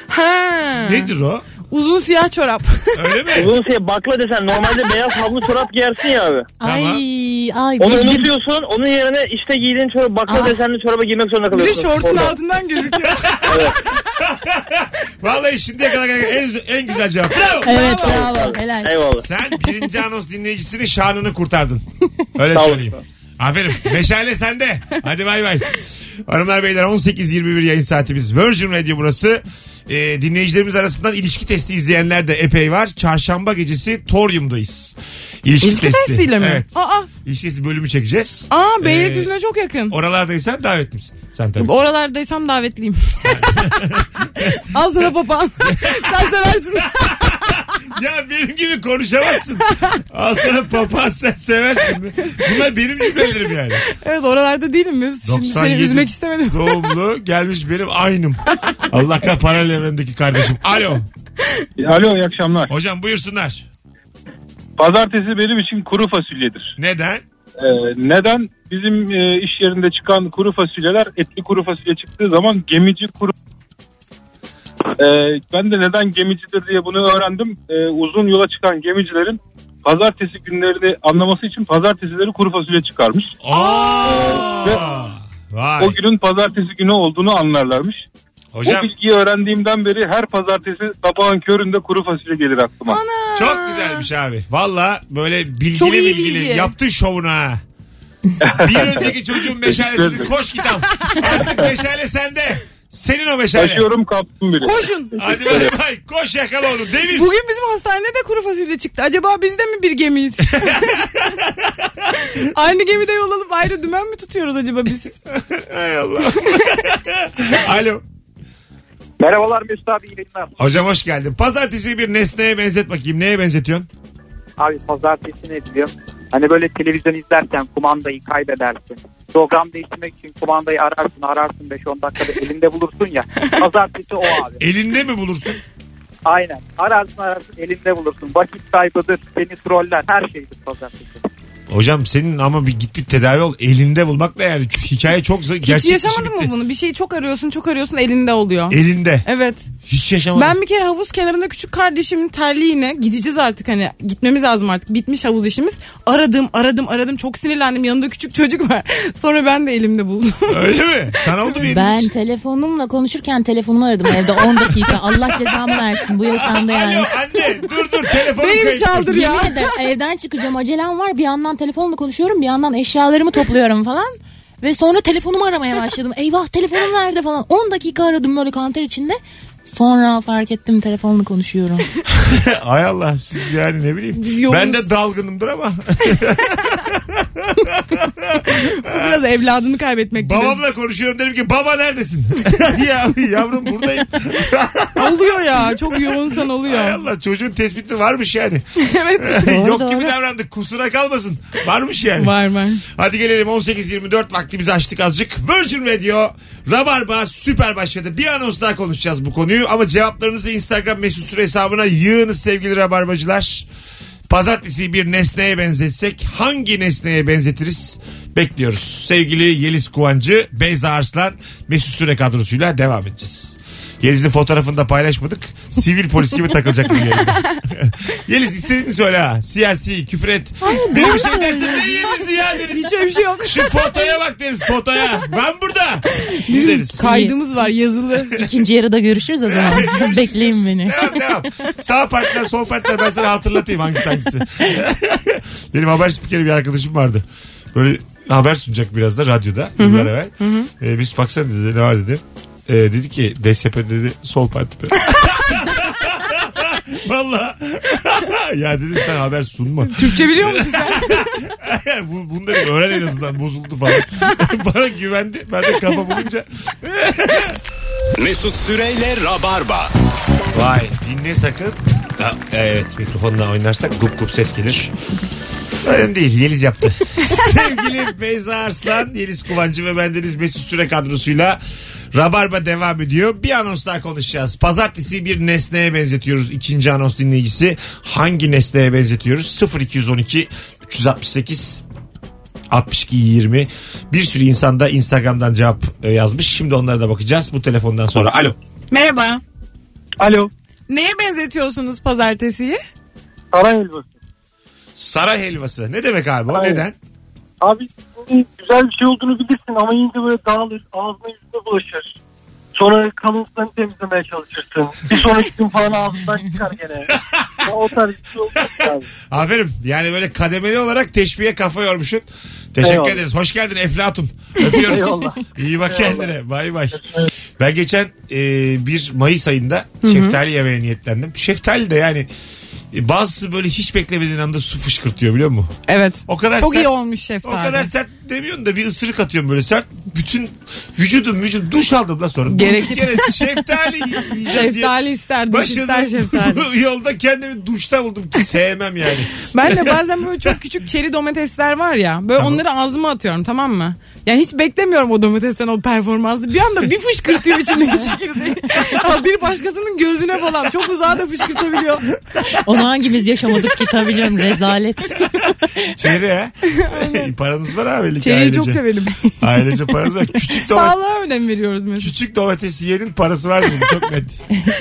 Speaker 3: Ha.
Speaker 2: Nedir o?
Speaker 3: Uzun
Speaker 2: <laughs>
Speaker 3: siyah çorap.
Speaker 5: <laughs>
Speaker 2: Öyle mi?
Speaker 8: Uzun şey bakla desen normalde beyaz havlu çorap giyersin ya abi.
Speaker 2: Tamam.
Speaker 9: Ay ay.
Speaker 8: Onu
Speaker 9: biz-
Speaker 8: unutuyorsun onun yerine işte giydiğin çorabı bakla
Speaker 9: Aa.
Speaker 8: desenli çoraba giymek zorunda
Speaker 3: Ah. bir de
Speaker 8: kalıyorsun.
Speaker 3: şortun
Speaker 8: sporda.
Speaker 3: altından gözüküyor.
Speaker 2: Vallahi şimdiye kadar en, en güzel cevap. Bravo.
Speaker 9: Evet bravo. Helal.
Speaker 8: Eyvallah.
Speaker 2: Sen birinci anons dinleyicisinin şanını kurtardın. Öyle
Speaker 8: Sağ olun.
Speaker 2: söyleyeyim. Aferin. Meşale sende. Hadi bay bay. Hanımlar beyler 18.21 yayın saatimiz. Virgin Radio burası. Ee, dinleyicilerimiz arasından ilişki testi izleyenler de epey var. Çarşamba gecesi Torium'dayız. İlişki,
Speaker 3: İlişki testiyle mi?
Speaker 2: Evet.
Speaker 3: Aa,
Speaker 2: İlişki testi bölümü çekeceğiz.
Speaker 3: aa
Speaker 2: Ee,
Speaker 3: Beylikdüzü'ne çok yakın.
Speaker 2: Oralardaysan davetlisin. Sen tabii.
Speaker 3: Oralardaysam davetliyim. <laughs> Az
Speaker 2: <laughs>
Speaker 3: sana papağan. Sen seversin.
Speaker 2: ya benim gibi konuşamazsın. Al sana papağan sen seversin. Bunlar benim cümlelerim yani.
Speaker 3: Evet oralarda değilim Mesut. Şimdi seni
Speaker 2: 97
Speaker 3: üzmek istemedim.
Speaker 2: Doğumlu gelmiş benim aynım. Allah kah paralel evrendeki kardeşim. Alo.
Speaker 5: Alo iyi akşamlar.
Speaker 2: Hocam buyursunlar.
Speaker 5: Pazartesi benim için kuru fasulyedir.
Speaker 2: Neden?
Speaker 5: <laughs> Ee, neden? Bizim e, iş yerinde çıkan kuru fasulyeler etli kuru fasulye çıktığı zaman gemici kuru Ee, ben de neden gemicidir diye bunu öğrendim. Ee, uzun yola çıkan gemicilerin pazartesi günlerini anlaması için pazartesileri kuru fasulye çıkarmış.
Speaker 2: Aa! Vay.
Speaker 5: O günün pazartesi günü olduğunu anlarlarmış.
Speaker 2: Hocam
Speaker 5: Bu bilgiyi öğrendiğimden beri her pazartesi sabahın köründe kuru fasulye gelir aklıma.
Speaker 2: çok güzelmiş abi. Valla böyle bilgili
Speaker 3: Çok iyi
Speaker 2: bilgili
Speaker 3: bilgi.
Speaker 2: yaptın şovunu ha. Bir önceki çocuğun meşalesini koş git al. Artık meşale sende. Senin o meşale.
Speaker 5: Kaçıyorum kaptım biri.
Speaker 3: Koşun.
Speaker 2: Hadi bay bay. Koş yakala onu. Devir.
Speaker 3: Bugün bizim hastanede kuru fasulye çıktı. Acaba biz de mi
Speaker 2: <laughs>
Speaker 3: bir gemiyiz? Aynı gemide yol alıp ayrı dümen mi tutuyoruz acaba biz?
Speaker 2: Hay Allah. <laughs> Alo.
Speaker 6: Merhabalar Mesut abi iyi yayınlar.
Speaker 2: Hocam hoş geldin. Pazartesi bir nesneye benzet bakayım. Neye benzetiyorsun?
Speaker 6: Abi pazartesi ne biliyorum? Hani böyle televizyon izlerken kumandayı kaybedersin. Program değiştirmek için kumandayı ararsın ararsın 5-10 dakikada elinde bulursun ya. Pazartesi o abi.
Speaker 2: Elinde mi bulursun?
Speaker 6: Aynen. Ararsın ararsın elinde bulursun. Vakit kaybıdır. Seni troller. Her şeydir pazartesi.
Speaker 2: Hocam senin ama bir git bir tedavi ol. Elinde bulmak ne yani? Çünkü hikaye çok zor.
Speaker 3: Hiç
Speaker 2: Gerçek
Speaker 3: yaşamadın mı bunu? Bir şeyi çok arıyorsun çok arıyorsun elinde
Speaker 2: E-
Speaker 3: oluyor.
Speaker 2: Elinde.
Speaker 3: Evet.
Speaker 2: Hiç yaşamadım.
Speaker 3: Ben bir kere havuz kenarında küçük kardeşimin terliğine gideceğiz artık hani gitmemiz lazım artık bitmiş havuz işimiz. Aradım aradım aradım çok sinirlendim yanında küçük çocuk var. <laughs> Sonra ben de elimde buldum. <laughs>
Speaker 2: Öyle mi? Sana oldu mu elin
Speaker 9: Ben
Speaker 2: hiç?
Speaker 9: telefonumla konuşurken telefonumu aradım evde 10 dakika. Allah cezamı versin bu yaşamda yani.
Speaker 2: Alo anne dur dur telefonu
Speaker 3: Beni
Speaker 2: kayıp.
Speaker 3: çaldır ya.
Speaker 9: Yemin ederim evden çıkacağım acelem var. Bir yandan telefonla konuşuyorum bir yandan eşyalarımı topluyorum falan. Ve sonra telefonumu aramaya başladım. Eyvah telefonum nerede falan. 10 dakika aradım böyle kanter içinde. Sonra fark ettim telefonla konuşuyorum.
Speaker 2: <laughs> Ay Allah siz yani ne bileyim.
Speaker 3: Biz yoğunuz.
Speaker 2: Ben de dalgınımdır ama.
Speaker 3: Biraz evladını kaybetmek gibi.
Speaker 2: <laughs> Babamla konuşuyorum dedim ki baba neredesin? <laughs> ya yavrum buradayım.
Speaker 3: <laughs> Oluyor ya çok yoğunsan
Speaker 2: Ay
Speaker 3: <laughs> oluyor.
Speaker 2: Allah çocuğun tespiti varmış yani.
Speaker 3: evet.
Speaker 9: Doğru,
Speaker 2: Yok gibi
Speaker 9: doğru.
Speaker 2: davrandık kusura kalmasın. Varmış yani.
Speaker 3: Var var.
Speaker 2: Hadi gelelim 18.24 vaktimizi açtık azıcık. Virgin Radio Rabarba süper başladı. Bir anons daha konuşacağız bu konuyu ama cevaplarınızı Instagram mesut süre hesabına yığınız sevgili Rabarbacılar. Pazartesiyi bir nesneye benzetsek hangi nesneye benzetiriz? Bekliyoruz. Sevgili Yeliz Kuvancı, Beyza Arslan, Mesut Süre kadrosuyla devam edeceğiz. Yeliz'in fotoğrafını da paylaşmadık. Sivil polis gibi takılacak bu yayında. <laughs> Yeliz istediğini söyle ha. Siyasi, küfür et. Biri bir şey derse ne Yeliz ya deriz.
Speaker 3: Hiç öyle bir şey yok.
Speaker 2: Şu fotoya bak deriz fotoya. Ben burada. Biz deriz.
Speaker 3: Kaydımız var yazılı.
Speaker 9: İkinci yarıda görüşürüz o zaman. Bekleyin beni.
Speaker 2: Devam devam. Sağ partiler sol partiler ben sana hatırlatayım hangisi hangisi. <laughs> Benim haber spikeri bir arkadaşım vardı. Böyle haber sunacak biraz da radyoda. Yıllar evvel. Ee, biz baksana dedi ne var dedi. Ee, dedi ki DSP dedi sol parti. be. <laughs> Valla. <laughs> ya dedim sen haber sunma.
Speaker 3: Türkçe biliyor musun sen?
Speaker 2: <laughs> Bu, bunları öğren en azından bozuldu falan. <laughs> Bana güvendi. Ben de kafa bulunca
Speaker 1: Mesut Süreyle Rabarba.
Speaker 2: Vay dinle sakın. Ha, evet mikrofonla oynarsak gup gup ses gelir. Önemli değil Yeliz yaptı. Sevgili Beyza Arslan, Yeliz Kuvancı ve bendeniz Mesut Süre kadrosuyla Rabarba devam ediyor. Bir anons daha konuşacağız. Pazartesi bir nesneye benzetiyoruz. İkinci anons dinleyicisi hangi nesneye benzetiyoruz? 0212 368 62 20 bir sürü insan da Instagram'dan cevap e, yazmış. Şimdi onlara da bakacağız bu telefondan sonra. Alo.
Speaker 3: Merhaba.
Speaker 6: Alo.
Speaker 3: Neye benzetiyorsunuz pazartesiyi?
Speaker 6: Saray helvası.
Speaker 2: Saray helvası. Ne demek abi o?
Speaker 6: Aynen.
Speaker 2: Neden?
Speaker 6: Abi bunun güzel bir şey olduğunu bilirsin ama yine de böyle dağılır. Ağzına yüzüne bulaşır. Sonra kalıntılarını temizlemeye çalışırsın. Bir sonraki gün falan ağzından çıkar gene. Ya o tarz bir şey olmaz yani.
Speaker 2: Aferin. Yani böyle kademeli olarak teşbihe kafa yormuşsun. Teşekkür
Speaker 6: Eyvallah.
Speaker 2: ederiz. Hoş geldin Eflatun. Öpüyoruz.
Speaker 6: Eyvallah.
Speaker 2: İyi bak kendine. Bay bay. Ben geçen e, bir Mayıs ayında şeftali yemeye niyetlendim. Şeftali de yani e, bazısı böyle hiç beklemediğin anda su fışkırtıyor biliyor musun?
Speaker 3: Evet.
Speaker 2: O kadar
Speaker 3: Çok
Speaker 2: sert-
Speaker 3: iyi olmuş
Speaker 2: O
Speaker 3: şeftali.
Speaker 2: kadar sert demiyorsun da bir ısırık atıyorum böyle sert. Bütün vücudum vücudum duş aldım la sonra.
Speaker 3: Gerekir.
Speaker 2: Bir kere şeftali yiyeceğim diye
Speaker 3: Şeftali ister, duş ister
Speaker 2: <laughs>
Speaker 3: şeftali.
Speaker 2: yolda kendimi duşta buldum ki sevmem yani.
Speaker 3: Ben de bazen böyle çok küçük çeri domatesler var ya. Böyle onları ağzıma atıyorum tamam mı? Yani hiç beklemiyorum o domatesten o performansı. Bir anda bir fışkırtıyor içindeki çekirdeği. Ya bir başkasının gözüne falan. Çok uzağa da fışkırtabiliyor.
Speaker 9: Onu hangimiz yaşamadık ki tabii canım rezalet.
Speaker 2: Çeri ha. Paranız var abi. belli ki
Speaker 3: Çeriyi çok
Speaker 2: ailece.
Speaker 3: severim.
Speaker 2: Ailece paranız var.
Speaker 3: <laughs>
Speaker 2: Küçük, domates,
Speaker 3: Sağlığa önem veriyoruz mesela.
Speaker 2: küçük domates yiyenin parası var mı? Çok net.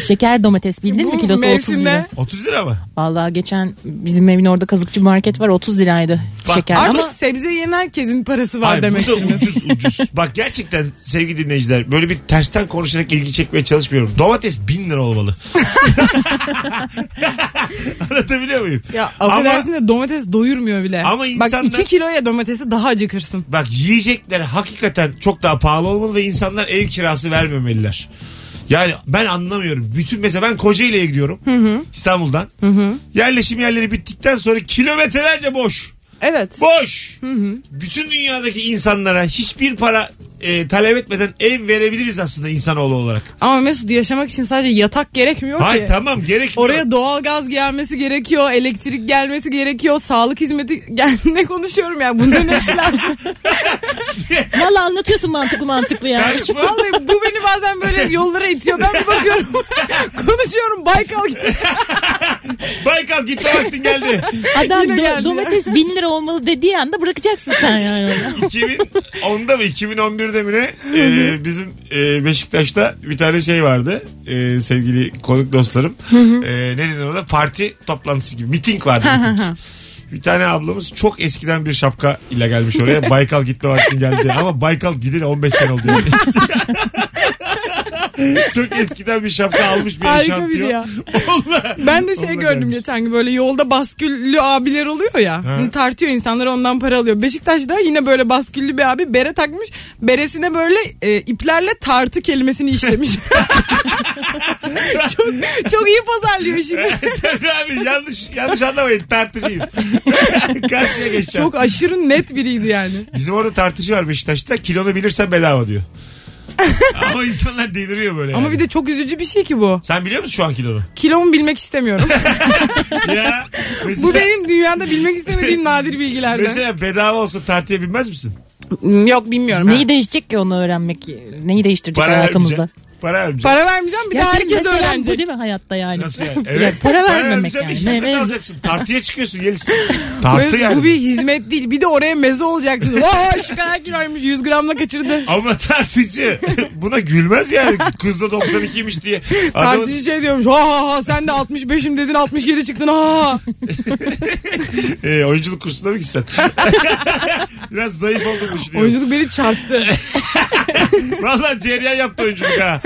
Speaker 9: Şeker domates bildin mi
Speaker 3: Bu
Speaker 9: kilosu 30 lira.
Speaker 3: mevsimde-
Speaker 2: 30 lira mı?
Speaker 9: Valla geçen bizim evin orada kazıkçı market var 30 liraydı
Speaker 2: Bak,
Speaker 9: şeker
Speaker 3: Artık
Speaker 9: ama
Speaker 3: sebze yiyen herkesin parası var
Speaker 2: Ay,
Speaker 3: demek.
Speaker 2: Bu da ucuz ucuz. Bak gerçekten sevgili dinleyiciler böyle bir tersten konuşarak ilgi çekmeye çalışmıyorum. Domates 1000 lira
Speaker 3: <laughs>
Speaker 2: olmalı. <laughs> Anlatabiliyor muyum?
Speaker 3: Ya
Speaker 2: Ama-
Speaker 3: affedersin de domates doyurmuyor bile.
Speaker 2: Ama insanlar-
Speaker 3: Bak 2 kiloya domatesi daha acıkırsın.
Speaker 2: Bak yiyecekler hakikaten çok daha pahalı olmalı ve insanlar ev kirası vermemeliler. Yani ben anlamıyorum. Bütün mesela ben Kocaeli'ye gidiyorum. İstanbul'dan. Yerleşim yerleri bittikten sonra kilometrelerce boş.
Speaker 3: Evet.
Speaker 2: Boş. Bütün dünyadaki insanlara hiçbir para e, talep etmeden ev verebiliriz aslında insanoğlu olarak.
Speaker 3: Ama Mesut yaşamak için sadece yatak gerekmiyor
Speaker 2: Hayır
Speaker 3: ki.
Speaker 2: tamam gerekmiyor.
Speaker 3: Oraya doğalgaz gelmesi gerekiyor, elektrik gelmesi gerekiyor, sağlık hizmeti <laughs> gel ne konuşuyorum yani
Speaker 2: <laughs>
Speaker 3: bunların hepsi lazım.
Speaker 9: valla anlatıyorsun mantıklı
Speaker 3: <laughs>
Speaker 9: mantıklı yani.
Speaker 2: Karışma.
Speaker 3: Vallahi bu beni bazen böyle yollara itiyor. Ben bir bakıyorum <laughs> konuşuyorum Baykal gibi.
Speaker 2: Baykal gitme vaktin geldi.
Speaker 9: Adam
Speaker 3: Yine
Speaker 9: do-
Speaker 3: geldi.
Speaker 9: domates 1000 lira olmalı dediği anda bırakacaksın sen yani. onu.
Speaker 2: 2010'da mı 2011'de mi ne e, bizim e, Beşiktaş'ta bir tane şey vardı E, sevgili konuk dostlarım e, ne denir ona parti toplantısı gibi miting vardı miting. bir tane ablamız çok eskiden bir şapka ile gelmiş oraya Baykal gitme vaktin geldi ama Baykal gidin 15 sene oldu <laughs> yani. çok eskiden bir şapka almış bir
Speaker 3: Harika
Speaker 2: eşantiyon.
Speaker 3: biri ya.
Speaker 2: Onunla-
Speaker 3: Ben de şey
Speaker 2: onunla
Speaker 3: gördüm
Speaker 2: gelmiş.
Speaker 3: geçen gün böyle yolda basküllü abiler oluyor ya. Hani
Speaker 2: Ha.
Speaker 3: Tartıyor insanlar ondan para alıyor. Beşiktaş'ta yine böyle basküllü bir abi bere takmış. Beresine böyle e, iplerle tartı kelimesini işlemiş. <laughs> çok, çok iyi pazarlıyor şimdi.
Speaker 2: <laughs> Abi yanlış yanlış anlamayın
Speaker 3: <laughs>
Speaker 2: tartışayım. Karşıya geçeceğim.
Speaker 3: Çok aşırı net biriydi yani.
Speaker 2: Bizim orada tartışı var Beşiktaş'ta. Kilonu bilirsen bedava
Speaker 3: <laughs>
Speaker 2: diyor. Ama insanlar deliriyor böyle.
Speaker 3: Ama
Speaker 2: yani.
Speaker 3: bir de çok üzücü bir şey ki bu.
Speaker 2: Sen biliyor musun şu an
Speaker 3: <laughs>
Speaker 2: kilonu?
Speaker 3: Kilomu
Speaker 2: <laughs>
Speaker 3: bilmek istemiyorum.
Speaker 2: ya <laughs> mesela,
Speaker 3: bu benim dünyada bilmek istemediğim nadir bilgilerden.
Speaker 2: mesela bedava olsa tartıya binmez misin?
Speaker 3: <laughs> Yok bilmiyorum.
Speaker 9: Neyi değişecek ki onu öğrenmek? Neyi değiştirecek
Speaker 2: Para
Speaker 9: hayatımızda?
Speaker 2: vermeyeceksin. Para vermeyeceksin.
Speaker 3: Para vermeyeceğim bir de
Speaker 9: senin
Speaker 3: herkes
Speaker 9: meselem
Speaker 3: öğrenecek.
Speaker 9: Bu değil mi hayatta yani?
Speaker 2: Nasıl yani? Evet.
Speaker 9: para vermemek
Speaker 2: vermeyeceğim,
Speaker 9: yani.
Speaker 2: bir Hizmet
Speaker 9: Meyve-
Speaker 3: <laughs>
Speaker 2: alacaksın. Tartıya çıkıyorsun gelirsin.
Speaker 3: Bu,
Speaker 2: Tartı yani.
Speaker 3: bu bir hizmet değil. Bir de oraya meze olacaksın. <laughs> Vaa şu kadar kiloymuş 100 gramla kaçırdı.
Speaker 2: Ama tartıcı <laughs> buna gülmez yani. Kız da 92'ymiş diye. Adamın-
Speaker 3: Tartıcı şey diyormuş. Ha ha ha sen de 65'im dedin 67 çıktın ha.
Speaker 2: E, oyunculuk kursuna mı
Speaker 3: <laughs>
Speaker 2: gitsen? <laughs> Biraz zayıf olduğumu düşünüyorum.
Speaker 3: Oyunculuk
Speaker 2: <laughs>
Speaker 3: beni çarptı.
Speaker 2: Valla cereyan yaptı oyunculuk ha.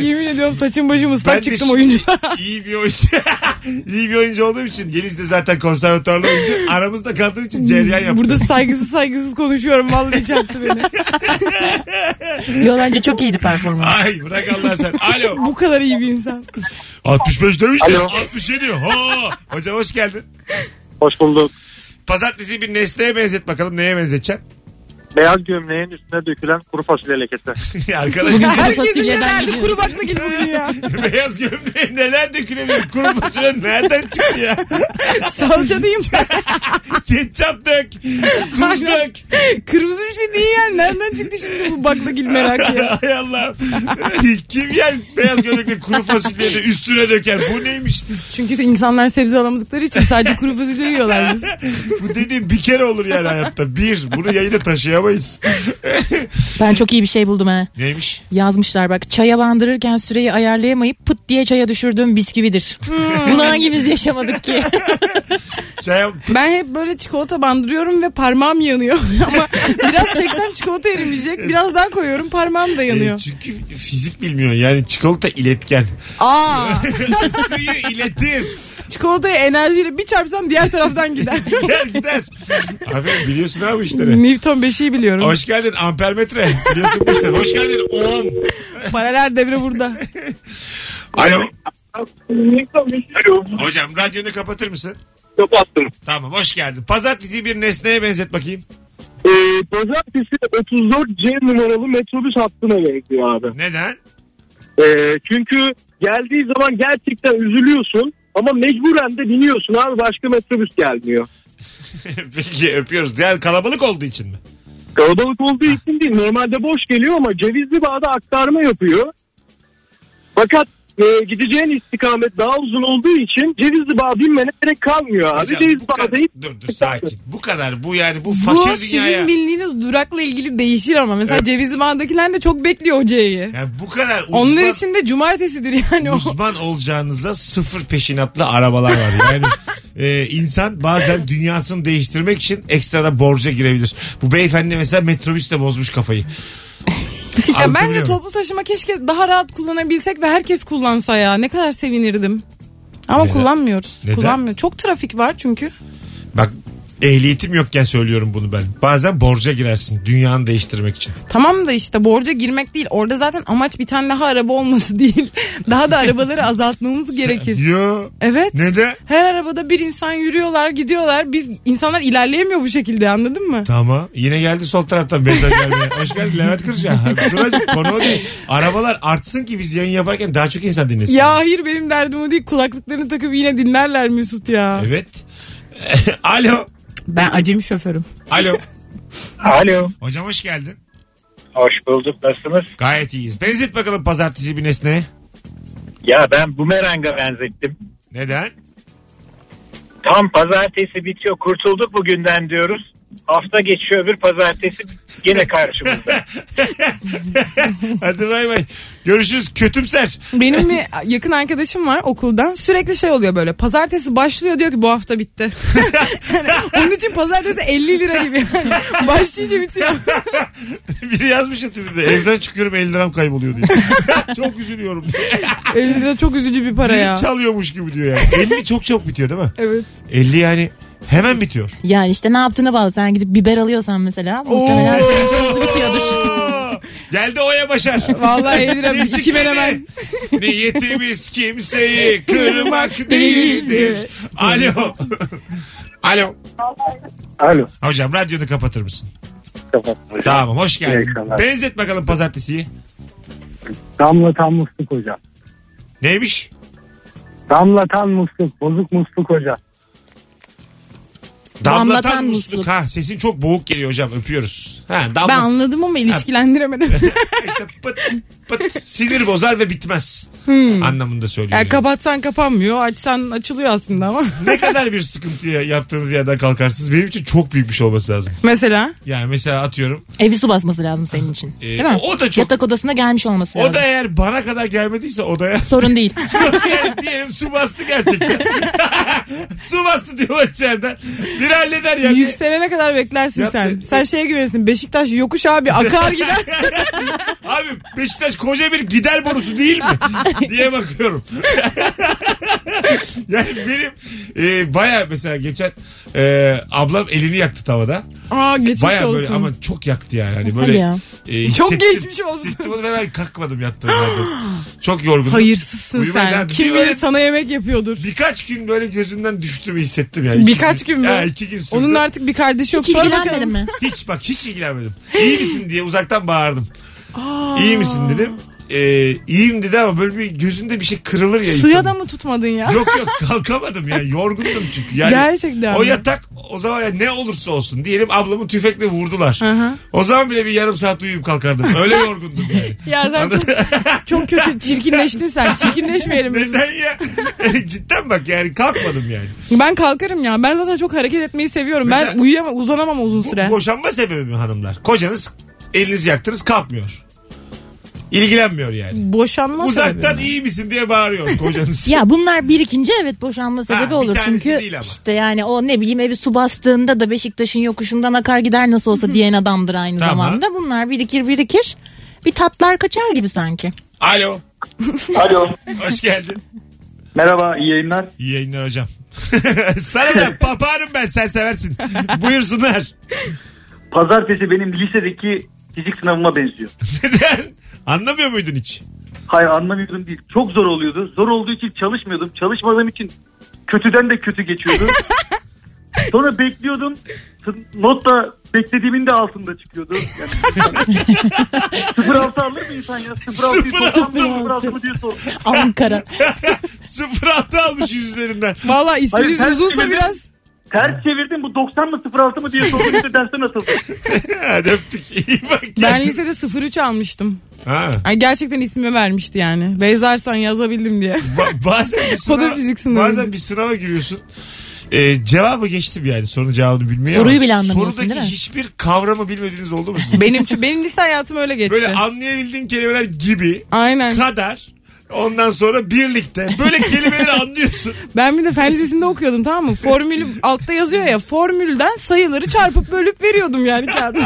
Speaker 3: Yemin ediyorum saçım başım
Speaker 2: Ben de
Speaker 3: ıslak çıktım
Speaker 2: şimdi
Speaker 3: oyuncu.
Speaker 2: <laughs> iyi bir oyuncu. iyi bir oyuncu olduğum için. Yeliz de zaten konservatuarlı oyuncu. Aramızda kaldığı için cereyan yaptı.
Speaker 3: Burada saygısız saygısız konuşuyorum vallahi çarptı beni.
Speaker 9: Yo bence çok iyiydi performans.
Speaker 3: <laughs>
Speaker 2: Ay bırak Allah sen. Alo.
Speaker 3: Bu kadar iyi bir insan.
Speaker 2: 65 demiş de
Speaker 4: Alo.
Speaker 2: 67. Ho. Hocam hoş geldin.
Speaker 6: Hoş bulduk.
Speaker 2: Pazartesi bir nesneye benzet bakalım. Neye benzeteceksin? <laughs>
Speaker 6: Beyaz gömleğin üstüne dökülen kuru fasulye lekesi.
Speaker 2: Arkadaş
Speaker 9: Bugün kuru
Speaker 3: Herkesin
Speaker 9: fasulyeden
Speaker 3: herhalde
Speaker 9: gidiyoruz.
Speaker 3: kuru baklagil bugün ya.
Speaker 2: beyaz gömleğe neler dökülebilir? Kuru fasulye nereden çıktı ya? <laughs>
Speaker 3: Salça diyeyim.
Speaker 2: Ketçap dök. Tuz
Speaker 3: Aynen.
Speaker 2: dök.
Speaker 3: Kırmızı bir şey değil yani. Nereden çıktı şimdi bu baklagil merakı ya.
Speaker 2: Hay Allah. <laughs> Kim yer beyaz gömlekle kuru fasulyeyi de üstüne döker? Bu neymiş?
Speaker 3: Çünkü insanlar sebze alamadıkları için sadece kuru fasulye yiyorlar.
Speaker 2: Bu dediğim bir kere olur yani hayatta. Bir. Bunu yayına taşıyamayız.
Speaker 9: Ben çok iyi bir şey buldum ha.
Speaker 2: neymiş?
Speaker 9: Yazmışlar bak çaya bandırırken süreyi ayarlayamayıp pıt diye çaya düşürdüğüm bisküvidir.
Speaker 3: Hmm.
Speaker 9: Bunu hangimiz yaşamadık ki?
Speaker 2: Çaya
Speaker 3: Ben hep böyle çikolata bandırıyorum ve parmağım yanıyor. <laughs> Ama biraz çeksem çikolata erimeyecek. Biraz daha koyuyorum parmağım da
Speaker 2: E,
Speaker 3: yanıyor.
Speaker 2: çünkü fizik bilmiyor. Yani çikolata iletken.
Speaker 3: Aa,
Speaker 2: Suyu iletir.
Speaker 3: çikolataya enerjiyle bir çarpsam diğer taraftan gider. <laughs>
Speaker 2: Gider gider. Aferin biliyorsun abi işleri.
Speaker 3: <laughs> Newton 5'i biliyorum.
Speaker 2: Hoş geldin ampermetre. Biliyorsun bu işleri. Hoş geldin ohm.
Speaker 3: Paralel devre burada.
Speaker 2: Alo. Hocam radyonu kapatır mısın?
Speaker 8: Kapattım.
Speaker 2: Tamam hoş geldin. Pazartesi bir nesneye benzet bakayım.
Speaker 8: Ee, pazartesi 34C numaralı metrobüs hattına benziyor abi.
Speaker 2: Neden? <laughs>
Speaker 8: Ee, çünkü geldiği zaman gerçekten üzülüyorsun ama mecburen de biniyorsun abi başka metrobüs gelmiyor.
Speaker 2: Peki öpüyoruz. Yani kalabalık olduğu için mi?
Speaker 8: Kalabalık olduğu için değil normalde boş geliyor ama Cevizli Bağ'da aktarma yapıyor. Fakat e, gideceğin istikamet daha uzun olduğu için Cevizli Bağ binmene gerek kalmıyor abi.
Speaker 2: Hocam,
Speaker 8: Cevizli
Speaker 2: bu kadar-
Speaker 8: Bağ'da hiç
Speaker 2: Dur dur sakin. Bu kadar bu yani bu
Speaker 3: Bu
Speaker 2: fakir dünyaya.
Speaker 3: sizin bildiğiniz durakla ilgili değişir ama. Mesela
Speaker 2: Evet.
Speaker 3: Cevizli Bağ'dakiler de çok bekliyor o C'yi.
Speaker 2: Yani bu kadar uzman,
Speaker 3: Onlar için de cumartesidir yani o.
Speaker 2: uzman olacağınıza sıfır peşinatlı arabalar var.
Speaker 3: <laughs>
Speaker 2: Yani e, insan bazen dünyasını değiştirmek için ekstra da borca girebilir. Bu beyefendi mesela metrobüsle bozmuş
Speaker 3: <laughs>
Speaker 2: kafayı.
Speaker 3: Ya bence
Speaker 2: Anlatabiliyor muyum?
Speaker 3: toplu taşıma keşke daha rahat kullanabilsek ve herkes kullansa ya. Ne kadar sevinirdim. Ama
Speaker 2: Neden?
Speaker 3: kullanmıyoruz.
Speaker 2: Neden?
Speaker 3: Kullanmıyor. Çok trafik var çünkü.
Speaker 2: Bak ehliyetim yokken söylüyorum bunu ben. Bazen borca girersin dünyanı değiştirmek için.
Speaker 3: Tamam da işte borca girmek değil. Orada zaten amaç bir tane daha araba olması <laughs> değil. Daha da arabaları azaltmamız gerekir.
Speaker 2: Yo.
Speaker 3: Evet.
Speaker 2: Neden?
Speaker 3: Her arabada bir insan yürüyorlar, gidiyorlar. Biz insanlar ilerleyemiyor bu şekilde anladın mı?
Speaker 2: Tamam. Yine geldi sol taraftan mesaj gelmeye. Hoş geldin Levent Kırca. Dur azıcık, konu o değil. Arabalar artsın ki biz yayın yaparken daha çok insan dinlesin.
Speaker 3: Ya hayır benim derdim o değil. Kulaklıklarını takıp yine dinlerler Mesut ya.
Speaker 2: Evet. <laughs> Alo.
Speaker 3: Ben acemi şoförüm.
Speaker 2: Alo.
Speaker 5: Alo.
Speaker 2: Hocam hoş geldin.
Speaker 5: Hoş bulduk. Nasılsınız?
Speaker 2: Gayet iyiyiz. Benzet bakalım pazartesi bir nesneye.
Speaker 5: Ya ben bumeranga benzettim.
Speaker 2: Neden?
Speaker 5: Tam pazartesi bitiyor. Kurtulduk bugünden diyoruz. Hafta geçiyor öbür pazartesi yine
Speaker 8: <laughs>
Speaker 5: karşımızda.
Speaker 2: Hadi bay bay. Görüşürüz kötümser. <laughs>
Speaker 3: Benim bir yakın arkadaşım var okuldan. Sürekli şey oluyor böyle. Pazartesi başlıyor diyor ki bu hafta bitti. <laughs> Yani onun için pazartesi 50 lira gibi. Yani başlayınca bitiyor.
Speaker 2: Biri yazmış ya Twitter'da. Evden çıkıyorum 50 liram kayboluyor diye. <laughs> çok üzülüyorum diye.
Speaker 3: 50 lira çok üzücü bir para ya.
Speaker 2: Biri çalıyormuş gibi diyor yani. 50 çok çok bitiyor değil mi?
Speaker 3: Evet.
Speaker 2: 50 yani hemen bitiyor.
Speaker 9: yani işte ne yaptığına bağlı. Sen gidip biber alıyorsan mesela. Muhtemelen
Speaker 2: Oo! <laughs> Geldi Oya Başar.
Speaker 3: Vallahi 50 lira
Speaker 2: Niyeti
Speaker 3: iki menemen.
Speaker 2: Niyetimiz kimseyi kırmak değildir. Alo. Alo.
Speaker 6: Alo.
Speaker 2: Hocam radyonu kapatır mısın?
Speaker 6: Kapattım hocam.
Speaker 2: Tamam hoş
Speaker 6: İyi
Speaker 2: geldin.
Speaker 6: akşamlar.
Speaker 2: Benzet bakalım pazartesiyi.
Speaker 6: Damla tam musluk hocam.
Speaker 2: Neymiş?
Speaker 6: Damlatan musluk, bozuk musluk hocam.
Speaker 2: Damlatan musluk. Ha sesin çok boğuk geliyor hocam öpüyoruz. Ha <laughs>
Speaker 3: Ben
Speaker 2: damla.
Speaker 3: anladım ama ilişkilendiremedim.
Speaker 2: işte pıt pıt sinir bozar ve bitmez. Anlamında söylüyorum.
Speaker 3: yani kapatsan kapanmıyor, açsan açılıyor aslında ama.
Speaker 2: ne kadar bir sıkıntıya yaptığınız yerden kalkarsınız. Benim için çok büyük bir şey olması lazım.
Speaker 3: <laughs> Mesela
Speaker 2: Yani mesela atıyorum.
Speaker 9: Evi su basması lazım senin için.
Speaker 2: e,
Speaker 9: Değil mi?
Speaker 2: o da çok.
Speaker 9: Yatak odasına gelmiş olması lazım.
Speaker 2: O da eğer bana kadar gelmediyse odaya.
Speaker 3: <laughs>
Speaker 9: Sorun değil.
Speaker 2: <laughs> yani diyelim su bastı gerçekten. <laughs> su bastı diyorlar içeriden. Bir halleder yani.
Speaker 3: yükselene kadar beklersin
Speaker 2: Yap-
Speaker 3: sen. Sen şeye güvenirsin. Beşiktaş yokuş abi akar gider.
Speaker 2: <laughs> Abi Beşiktaş koca bir gider borusu değil
Speaker 3: <laughs>
Speaker 2: mi? diye bakıyorum. <laughs> yani benim e, baya mesela geçen e, ablam elini yaktı tavada.
Speaker 3: <laughs> Aa geçmiş
Speaker 2: Baya böyle
Speaker 3: olsun.
Speaker 2: ama çok yaktı yani. Hani
Speaker 9: Hadi
Speaker 2: böyle
Speaker 9: ya.
Speaker 2: e,
Speaker 3: Çok
Speaker 2: hissettim-
Speaker 3: geçmiş olsun.
Speaker 2: Hissettim onu ve ben kalkmadım yattığım
Speaker 3: <gasps>
Speaker 2: yerde. Çok yorgundum.
Speaker 3: Hayırsızsın
Speaker 2: Uyumaya
Speaker 3: sen.
Speaker 2: devam-
Speaker 3: Kim
Speaker 2: Bir
Speaker 3: bilir
Speaker 2: böyle-
Speaker 3: sana yemek yapıyordur.
Speaker 2: Birkaç gün böyle gözünden düştüğümü hissettim yani. İki
Speaker 3: Birkaç gün mü?
Speaker 2: Ya iki gün sürdü.
Speaker 3: Onun artık bir kardeşi yok.
Speaker 9: Hiç
Speaker 3: Sonra
Speaker 9: ilgilenmedin
Speaker 3: bakalım.
Speaker 9: mi?
Speaker 2: Hiç bak hiç ilgilenmedim. İyi misin diye uzaktan bağırdım. İyi misin dedim. Ee, iyiyim dedi ama böyle bir gözünde bir şey kırılır ya.
Speaker 3: Suya
Speaker 2: insanın.
Speaker 3: da mı tutmadın ya?
Speaker 2: Yok yok kalkamadım ya yorgundum çünkü. Yani
Speaker 3: Gerçekten
Speaker 2: O
Speaker 3: mi?
Speaker 2: yatak o zaman ya ne olursa olsun diyelim ablamı tüfekle vurdular.
Speaker 3: hı.
Speaker 2: O zaman bile bir yarım saat uyuyup kalkardım. Öyle yorgundum
Speaker 3: <laughs>
Speaker 2: yani.
Speaker 3: Ya sen çok, çok kötü çirkinleştin sen. Çirkinleşmeyelim. biz.
Speaker 2: Neden ya? <laughs> Cidden bak yani kalkmadım yani.
Speaker 3: Ben kalkarım ya. Ben zaten çok hareket etmeyi seviyorum. Ben
Speaker 2: Mesela-
Speaker 3: uyuyamam, uzanamam uzun süre.
Speaker 2: Bu boşanma sebebi mi hanımlar? Kocanız elinizi yaktınız kalkmıyor. İlgilenmiyor yani.
Speaker 3: Boşanma
Speaker 2: Uzaktan <laughs>
Speaker 3: sebebi.
Speaker 2: iyi misin diye bağırıyor
Speaker 3: <laughs>
Speaker 2: kocanız.
Speaker 9: Ya bunlar birikince evet boşanma sebebi
Speaker 2: bir
Speaker 9: olur.
Speaker 2: tanesi
Speaker 9: Çünkü
Speaker 2: değil ama.
Speaker 9: işte yani o ne bileyim evi su bastığında da Beşiktaş'ın yokuşundan akar gider nasıl olsa diyen adamdır aynı
Speaker 2: Tamam.
Speaker 9: zamanda. Bunlar birikir birikir. Bir tatlar kaçar gibi sanki.
Speaker 2: Alo.
Speaker 5: Alo.
Speaker 2: Hoş geldin.
Speaker 5: Merhaba iyi yayınlar.
Speaker 2: İyi yayınlar hocam. <laughs> Sana da papağanım ben sen seversin. Buyursunlar. <laughs>
Speaker 5: Pazartesi benim lisedeki fizik sınavıma benziyor.
Speaker 2: Neden? Anlamıyor muydun hiç?
Speaker 5: Hayır anlamıyorum değil. Çok zor oluyordu. Zor olduğu için çalışmıyordum. Çalışmadığım için kötüden de kötü geçiyordu. Sonra bekliyordum. Not da beklediğimin de altında çıkıyordu. Yani, 0.6 alır mı insan ya? 0.6'yı
Speaker 2: 0.6
Speaker 5: toplam 0.6 mı diye sor.
Speaker 9: Ankara.
Speaker 2: 06 almış yüz üzerinden. <laughs>
Speaker 3: Valla isminiz
Speaker 5: Hayır, ters
Speaker 3: uzunsa
Speaker 5: çevirdim.
Speaker 3: biraz
Speaker 5: Ters çevirdim bu 90 mı 0.6 mı diye sordum. İşte dersten atıldım.
Speaker 2: Hadi öptük. İyi bak.
Speaker 3: Ben lisede 03 almıştım.
Speaker 2: Ha.
Speaker 3: Ay gerçekten ismimi vermişti yani. Beyzarsan yazabildim diye.
Speaker 2: Ba- bazen
Speaker 9: <laughs>
Speaker 2: bir
Speaker 3: Kodu
Speaker 2: sınava,
Speaker 3: fizik sınavı.
Speaker 2: bazen bir sınava giriyorsun. Ee, cevabı geçtim yani sorunun cevabını bilmiyor
Speaker 9: Soruyu
Speaker 2: ama
Speaker 9: bile anlamıyorsun,
Speaker 2: Sorudaki
Speaker 9: değil mi?
Speaker 2: hiçbı bir kavramı bilmediğiniz oldu mu
Speaker 9: <laughs>
Speaker 2: sizin?
Speaker 3: Benim çünkü benim lise hayatım öyle geçti.
Speaker 2: Böyle anlayabildiğin kelimeler gibi,
Speaker 3: Aynen.
Speaker 2: kadar, ondan sonra birlikte. Böyle kelimeleri
Speaker 9: <laughs>
Speaker 2: anlıyorsun.
Speaker 3: Ben bir de fen lisesinde okuyordum tamam mı? Formülü altta yazıyor ya. Formülden sayıları çarpıp bölüp veriyordum yani kağıdı.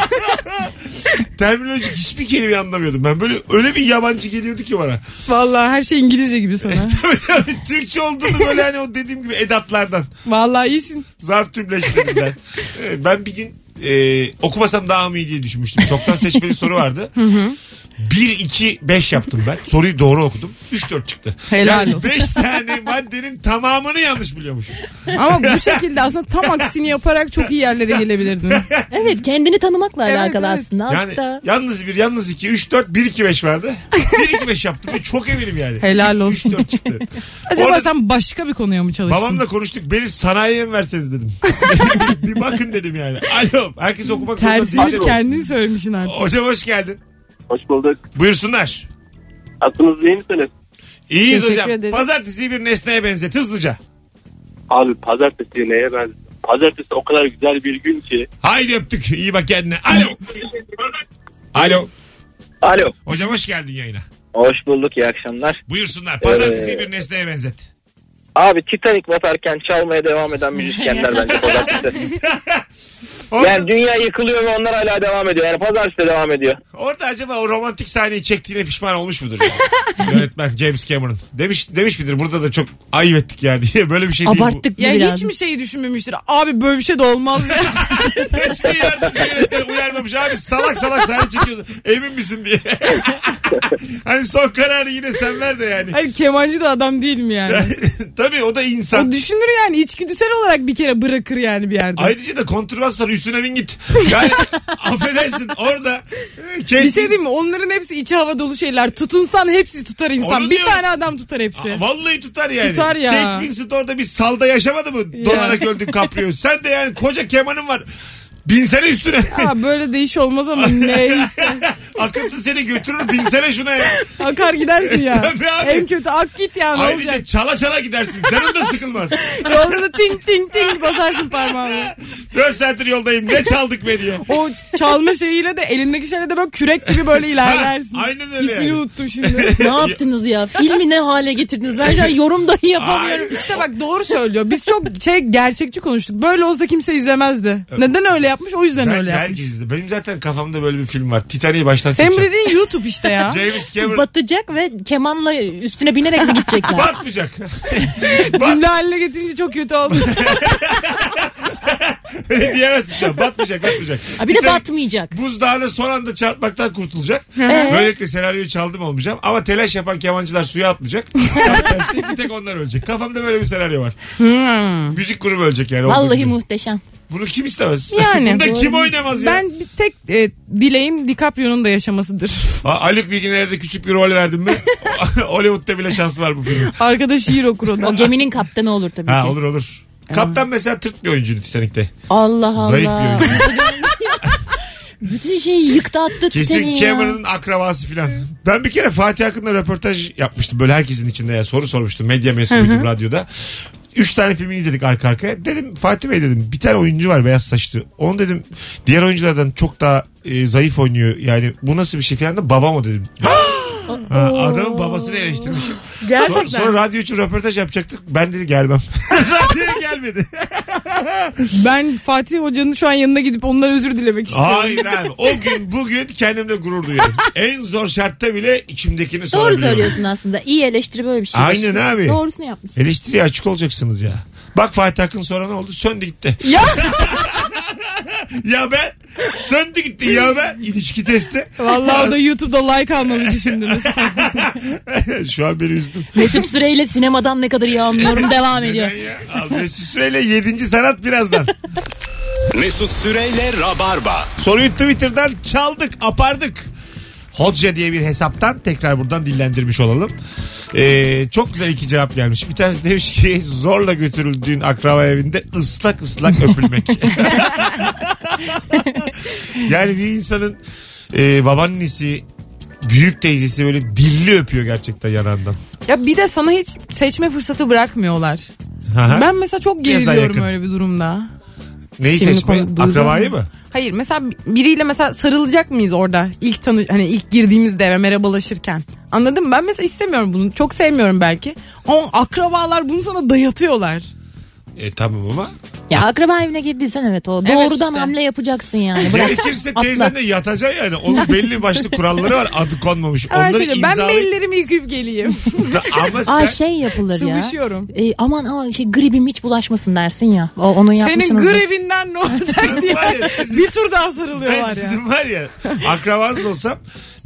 Speaker 2: Terminolojik hiçbir kelimeyi anlamıyordum ben. Böyle öyle bir yabancı geliyordu ki bana. <laughs>
Speaker 3: Vallahi her şey İngilizce gibi sana.
Speaker 2: Tabii tabii Türkçe olduğunu böyle hani o dediğim gibi edatlardan.
Speaker 3: Vallahi iyisin.
Speaker 2: Zarf
Speaker 3: <laughs>
Speaker 2: tümleştirdiler. Ee, ben bir gün e, okumasam daha mı iyi diye düşünmüştüm. Çoktan seçmeli soru vardı. 1, 2, 5 yaptım ben. Soruyu doğru okudum. 3, 4 çıktı.
Speaker 3: Helal
Speaker 2: yani
Speaker 3: olsun.
Speaker 2: 5 tane maddenin tamamını yanlış biliyormuşum.
Speaker 3: Ama bu şekilde aslında tam aksini yaparak çok iyi yerlere gelebilirdin.
Speaker 9: Evet kendini tanımakla
Speaker 3: Evet,
Speaker 9: alakalı
Speaker 3: evet.
Speaker 9: aslında. Azıcık
Speaker 2: Yani
Speaker 9: da-
Speaker 2: yalnız 1, yalnız 2, 3, 4, 1, 2, 5 vardı. 1, 2, 5 yaptım. ve Çok eminim yani.
Speaker 3: Helal olsun.
Speaker 2: 3, 4 çıktı.
Speaker 3: <laughs> Acaba
Speaker 2: Orada-
Speaker 3: sen başka bir konuya mı çalıştın?
Speaker 2: Babamla konuştuk. Beni sanayiye mi verseniz
Speaker 3: <laughs>
Speaker 2: dedim. bir bakın dedim yani. Alo. Herkes okumak zorunda
Speaker 3: Tersini
Speaker 2: değil.
Speaker 3: kendin söylemişsin artık.
Speaker 2: Hocam hoş geldin.
Speaker 8: Hoş bulduk.
Speaker 2: Buyursunlar.
Speaker 8: Aklınız iyi misiniz?
Speaker 2: İyiyiz
Speaker 3: Teşekkür
Speaker 2: hocam.
Speaker 3: ederiz.
Speaker 2: Pazartesiyi bir nesneye benzet hızlıca.
Speaker 8: Abi pazartesi neye ben? Pazartesi o kadar güzel bir gün ki.
Speaker 2: Haydi öptük. İyi bak kendine. Alo. Alo.
Speaker 8: Alo.
Speaker 2: Hocam hoş geldin yayına.
Speaker 8: Hoş bulduk iyi akşamlar.
Speaker 2: Buyursunlar. Pazartesiyi bir nesneye benzet.
Speaker 8: Abi Titanic batarken çalmaya devam eden müzisyenler bence pazartesi.
Speaker 2: Orada,
Speaker 8: Yani dünya yıkılıyor ve onlar hala devam ediyor. Yani pazartesi de devam ediyor.
Speaker 2: orada acaba o romantik sahneyi çektiğine pişman olmuş mudur?
Speaker 3: <laughs>
Speaker 2: yani? Yönetmen James Cameron. Demiş demiş midir burada da çok ayıp ettik ya diye. <laughs> Böyle bir şey değil bu.
Speaker 9: Abarttık
Speaker 3: Ya
Speaker 9: biraz.
Speaker 3: hiç mi şeyi düşünmemiştir? Abi böyle bir şey de olmaz <laughs> ya.
Speaker 2: Hiçbir yardımcı yönetmen şey uyarmamış abi salak salak sahne çekiyorsun emin misin diye. <laughs> hani son kararı yine sen ver de yani.
Speaker 3: Hayır kemancı da adam değil mi yani?
Speaker 2: <laughs>
Speaker 3: <laughs>
Speaker 2: Tabii o da
Speaker 3: O
Speaker 2: insan.
Speaker 3: düşünür yani içgüdüsel olarak bir kere bırakır yani bir yerde.
Speaker 2: Ayrıca da kontrbas var üstüne bin git.
Speaker 3: <laughs>
Speaker 2: Yani affedersin orada. e,
Speaker 3: Bir şey diyeyim mi? Onların hepsi içi hava dolu şeyler. Tutunsan hepsi tutar insan.
Speaker 2: Onu
Speaker 3: bir
Speaker 2: diyorum.
Speaker 3: tane adam tutar hepsi.
Speaker 2: Aa, Vallahi tutar yani.
Speaker 3: Tutar ya.
Speaker 2: Kate Winslet orada bir salda yaşamadı mı?
Speaker 3: Ya.
Speaker 2: Donarak öldün Caprio. Sen de yani koca kemanın var. Binsene üstüne.
Speaker 3: Aa, böyle de iş olmaz <laughs> ama neyse.
Speaker 2: <laughs> Akıntı seni götürür binsene şuna ya.
Speaker 3: Akar gidersin ya.
Speaker 2: Tabii abi.
Speaker 3: en kötü ak git ya ne olacak.
Speaker 2: Ayrıca çala çala gidersin. Canın da sıkılmaz.
Speaker 3: Yolda da ting ting <laughs> ting basarsın parmağını.
Speaker 2: 4 saattir yoldayım. Ne çaldık be diye.
Speaker 3: O çalma şeyiyle de elindeki şeyle de böyle kürek
Speaker 2: <laughs>
Speaker 3: gibi böyle ilerlersin.
Speaker 2: Ha, aynen öyle
Speaker 3: İsmini
Speaker 2: yani.
Speaker 3: unuttum
Speaker 2: <laughs>
Speaker 3: şimdi.
Speaker 9: Ne yaptınız ya? Filmi ne hale getirdiniz? Ben şu an yorum dahi yapamıyorum.
Speaker 3: İşte bak doğru söylüyor. Biz çok şey gerçekçi konuştuk. Böyle olsa kimse izlemezdi. Neden öyle yapmış? O yüzden öyle
Speaker 2: Bence
Speaker 3: yapmış.
Speaker 2: herkes izle. Benim zaten kafamda böyle bir film var. Titanic'i baştan
Speaker 3: Senin
Speaker 2: çekeceğim.
Speaker 3: dediğin YouTube işte ya.
Speaker 2: James Cameron
Speaker 9: Batacak ve kemanla üstüne binerek
Speaker 2: <laughs>
Speaker 9: mi gidecekler?
Speaker 2: batmayacak.
Speaker 3: <laughs>
Speaker 2: Bat, <laughs>
Speaker 3: Cümle haline getirince çok kötü oldu.
Speaker 2: diyemezsin şu an. Batmayacak batmayacak.
Speaker 9: Ha, bir de
Speaker 2: Titanic-
Speaker 9: batmayacak.
Speaker 2: Buzdağını son anda çarpmaktan kurtulacak.
Speaker 9: Ee?
Speaker 2: Böylelikle senaryoyu çaldım olmayacağım. Ama telaş yapan kemancılar suya
Speaker 3: <laughs>
Speaker 2: atlayacak. Tam tersi bir tek onlar ölecek. Kafamda böyle bir senaryo var. Müzik grubu ölecek yani. Olduğu
Speaker 9: Vallahi
Speaker 2: gibi.
Speaker 9: muhteşem.
Speaker 2: Bunu kim istemez? <laughs>
Speaker 3: Yani.
Speaker 2: Bunda
Speaker 3: Doğru.
Speaker 2: kim oynamaz ya?
Speaker 3: ben bir tek e, dileğim DiCaprio'nun da yaşamasıdır. <laughs>
Speaker 2: Ha, Haluk Bilginer'e de küçük bir rol verdim <laughs> mi? Hollywood'da bile şansı var bu filmin.
Speaker 3: Arkada şiir okur o da.
Speaker 9: O geminin kaptanı olur tabii
Speaker 2: Ha
Speaker 9: ki.
Speaker 2: olur olur. Ee. Kaptan mesela tırt bir oyuncuydu Titanic'te.
Speaker 9: Allah Allah.
Speaker 2: Zayıf bir oyuncu.
Speaker 9: Bütün şeyi yıktı attı
Speaker 2: Kesin
Speaker 9: Titanic'i ya.
Speaker 2: Cameron'ın akrabası filan. Ben bir kere Fatih Akın'la röportaj yapmıştım. Böyle herkesin içinde ya soru sormuştum. Medya mesubuydum radyoda. Üç tane filmi izledik arka arkaya. Dedim Fatih Bey dedim bir tane oyuncu var beyaz saçlı. Onu dedim diğer oyunculardan çok daha e, zayıf oynuyor. Yani bu nasıl bir şey falan da babam o <gasps> dedim. ha, adamın babasını eleştirmişim. Sonra,
Speaker 3: Gerçekten.
Speaker 2: sonra radyo için röportaj yapacaktık. Ben dedi gelmem. Radyoya gelmedi.
Speaker 3: Ben Fatih Hoca'nın şu an yanına gidip ondan özür dilemek istiyorum.
Speaker 2: Hayır abi. O gün bugün kendimle gurur duyuyorum. en zor şartta bile içimdekini
Speaker 9: Doğru
Speaker 2: sorabiliyorum.
Speaker 9: söylüyorsun aslında. İyi eleştiri böyle bir şey.
Speaker 2: Aynen abi.
Speaker 9: Doğrusunu yapmışsın.
Speaker 2: Eleştiriye açık olacaksınız ya. Bak Fatih Akın sonra ne oldu? Söndü gitti.
Speaker 3: Ya
Speaker 2: <laughs> Ya ben söndü gitti ya ben ilişki testi.
Speaker 3: vallahi o da YouTube'da like almalı düşündünüz.
Speaker 2: <laughs> Şu an beni üzdüm.
Speaker 9: Mesut Süreyle sinemadan ne kadar
Speaker 2: <laughs>
Speaker 9: iyi anlıyorum devam ediyor.
Speaker 2: Neden ya? Al Mesut Süreyle 7. sanat birazdan.
Speaker 1: Mesut Süreyle Rabarba.
Speaker 2: Soruyu Twitter'dan çaldık, apardık. Hodja diye bir hesaptan tekrar buradan dillendirmiş olalım. Ee, çok güzel iki cevap gelmiş. Bir tanesi demiş ki zorla götürüldüğün akraba evinde ıslak ıslak öpülmek. yani bir insanın e, babaannesi, büyük teyzesi böyle dilli öpüyor gerçekten yanağından.
Speaker 3: ya bir de sana hiç seçme fırsatı bırakmıyorlar.
Speaker 2: Aha.
Speaker 3: Ben mesela çok
Speaker 2: Biraz daha
Speaker 3: geriliyorum
Speaker 2: yakın.
Speaker 3: öyle bir durumda.
Speaker 2: Neyi
Speaker 3: Şimdi
Speaker 2: seçme?
Speaker 3: konu- duydun
Speaker 2: Akrabayı
Speaker 3: mu?
Speaker 2: mı?
Speaker 3: Hayır mesela biriyle mesela sarılacak mıyız orada? İlk tanı hani ilk girdiğimizde eve merhabalaşırken. Anladın mı? Ben mesela istemiyorum bunu. Çok sevmiyorum belki. Ama akrabalar bunu sana dayatıyorlar.
Speaker 2: E, tamam ama.
Speaker 9: Ya akraba evine girdiysen evet o.
Speaker 3: Evet
Speaker 9: Doğrudan
Speaker 3: işte.
Speaker 9: hamle yapacaksın yani. Bırak.
Speaker 2: Gerekirse teyzenle yatacaksın yani. Onun belli başlı kuralları var. Adı konmamış.
Speaker 3: Her
Speaker 2: Onları
Speaker 3: şeyle, ben
Speaker 2: imzalayıp-
Speaker 3: bellerimi yıkayıp geleyim.
Speaker 2: Da- ama sen
Speaker 9: Aa şey yapılır ya.
Speaker 3: Sıvışıyorum.
Speaker 9: E, aman aman şey gribim hiç bulaşmasın dersin ya. O, onu
Speaker 3: Senin
Speaker 9: yapmışsınız.
Speaker 3: grevinden
Speaker 2: <laughs>
Speaker 3: ne olacak diye
Speaker 2: <laughs> Var ya sizin-
Speaker 3: bir tur daha
Speaker 2: ben
Speaker 3: sarılıyorlar ya.
Speaker 2: sizin var ya akrabanız olsam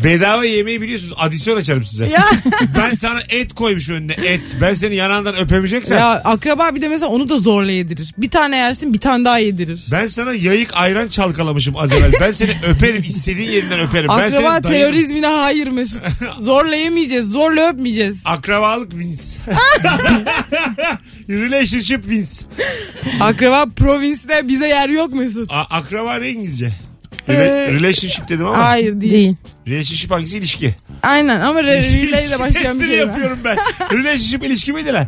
Speaker 2: bedava yemeği biliyorsunuz adisyon açarım size.
Speaker 3: Ya.
Speaker 2: Ben sana et koymuş önüne et. Ben seni yanağından öpemeyeceksem
Speaker 3: Ya akraba bir de mesela onu da zorla yedirir. Bir tane yersin bir tane daha yedirir.
Speaker 2: ben sana yayık ayran çalkalamışım az evvel. Ben seni öperim istediğin yerinden öperim. ben senin
Speaker 3: Akraba
Speaker 2: dayın-
Speaker 3: teorizmine hayır
Speaker 2: <laughs>
Speaker 3: Mesut. Zorla yemeyeceğiz, zorla öpmeyeceğiz.
Speaker 2: Akrabalık
Speaker 3: <laughs>
Speaker 2: wins. Relationship wins.
Speaker 3: Akraba provinsde bize yer yok Mesut.
Speaker 2: A- akraba ne İngilizce? Rela-
Speaker 3: Ee,
Speaker 2: relationship dedim ama.
Speaker 3: Hayır değil.
Speaker 9: Değil.
Speaker 2: Relationship hangisi ilişki?
Speaker 3: Aynen ama re-
Speaker 2: İlişki-
Speaker 3: relay
Speaker 2: ilişki
Speaker 3: ile başlayan bir
Speaker 2: şey testini
Speaker 3: kelime.
Speaker 2: yapıyorum
Speaker 3: <laughs>
Speaker 2: ben. relationship ilişki miydi lan?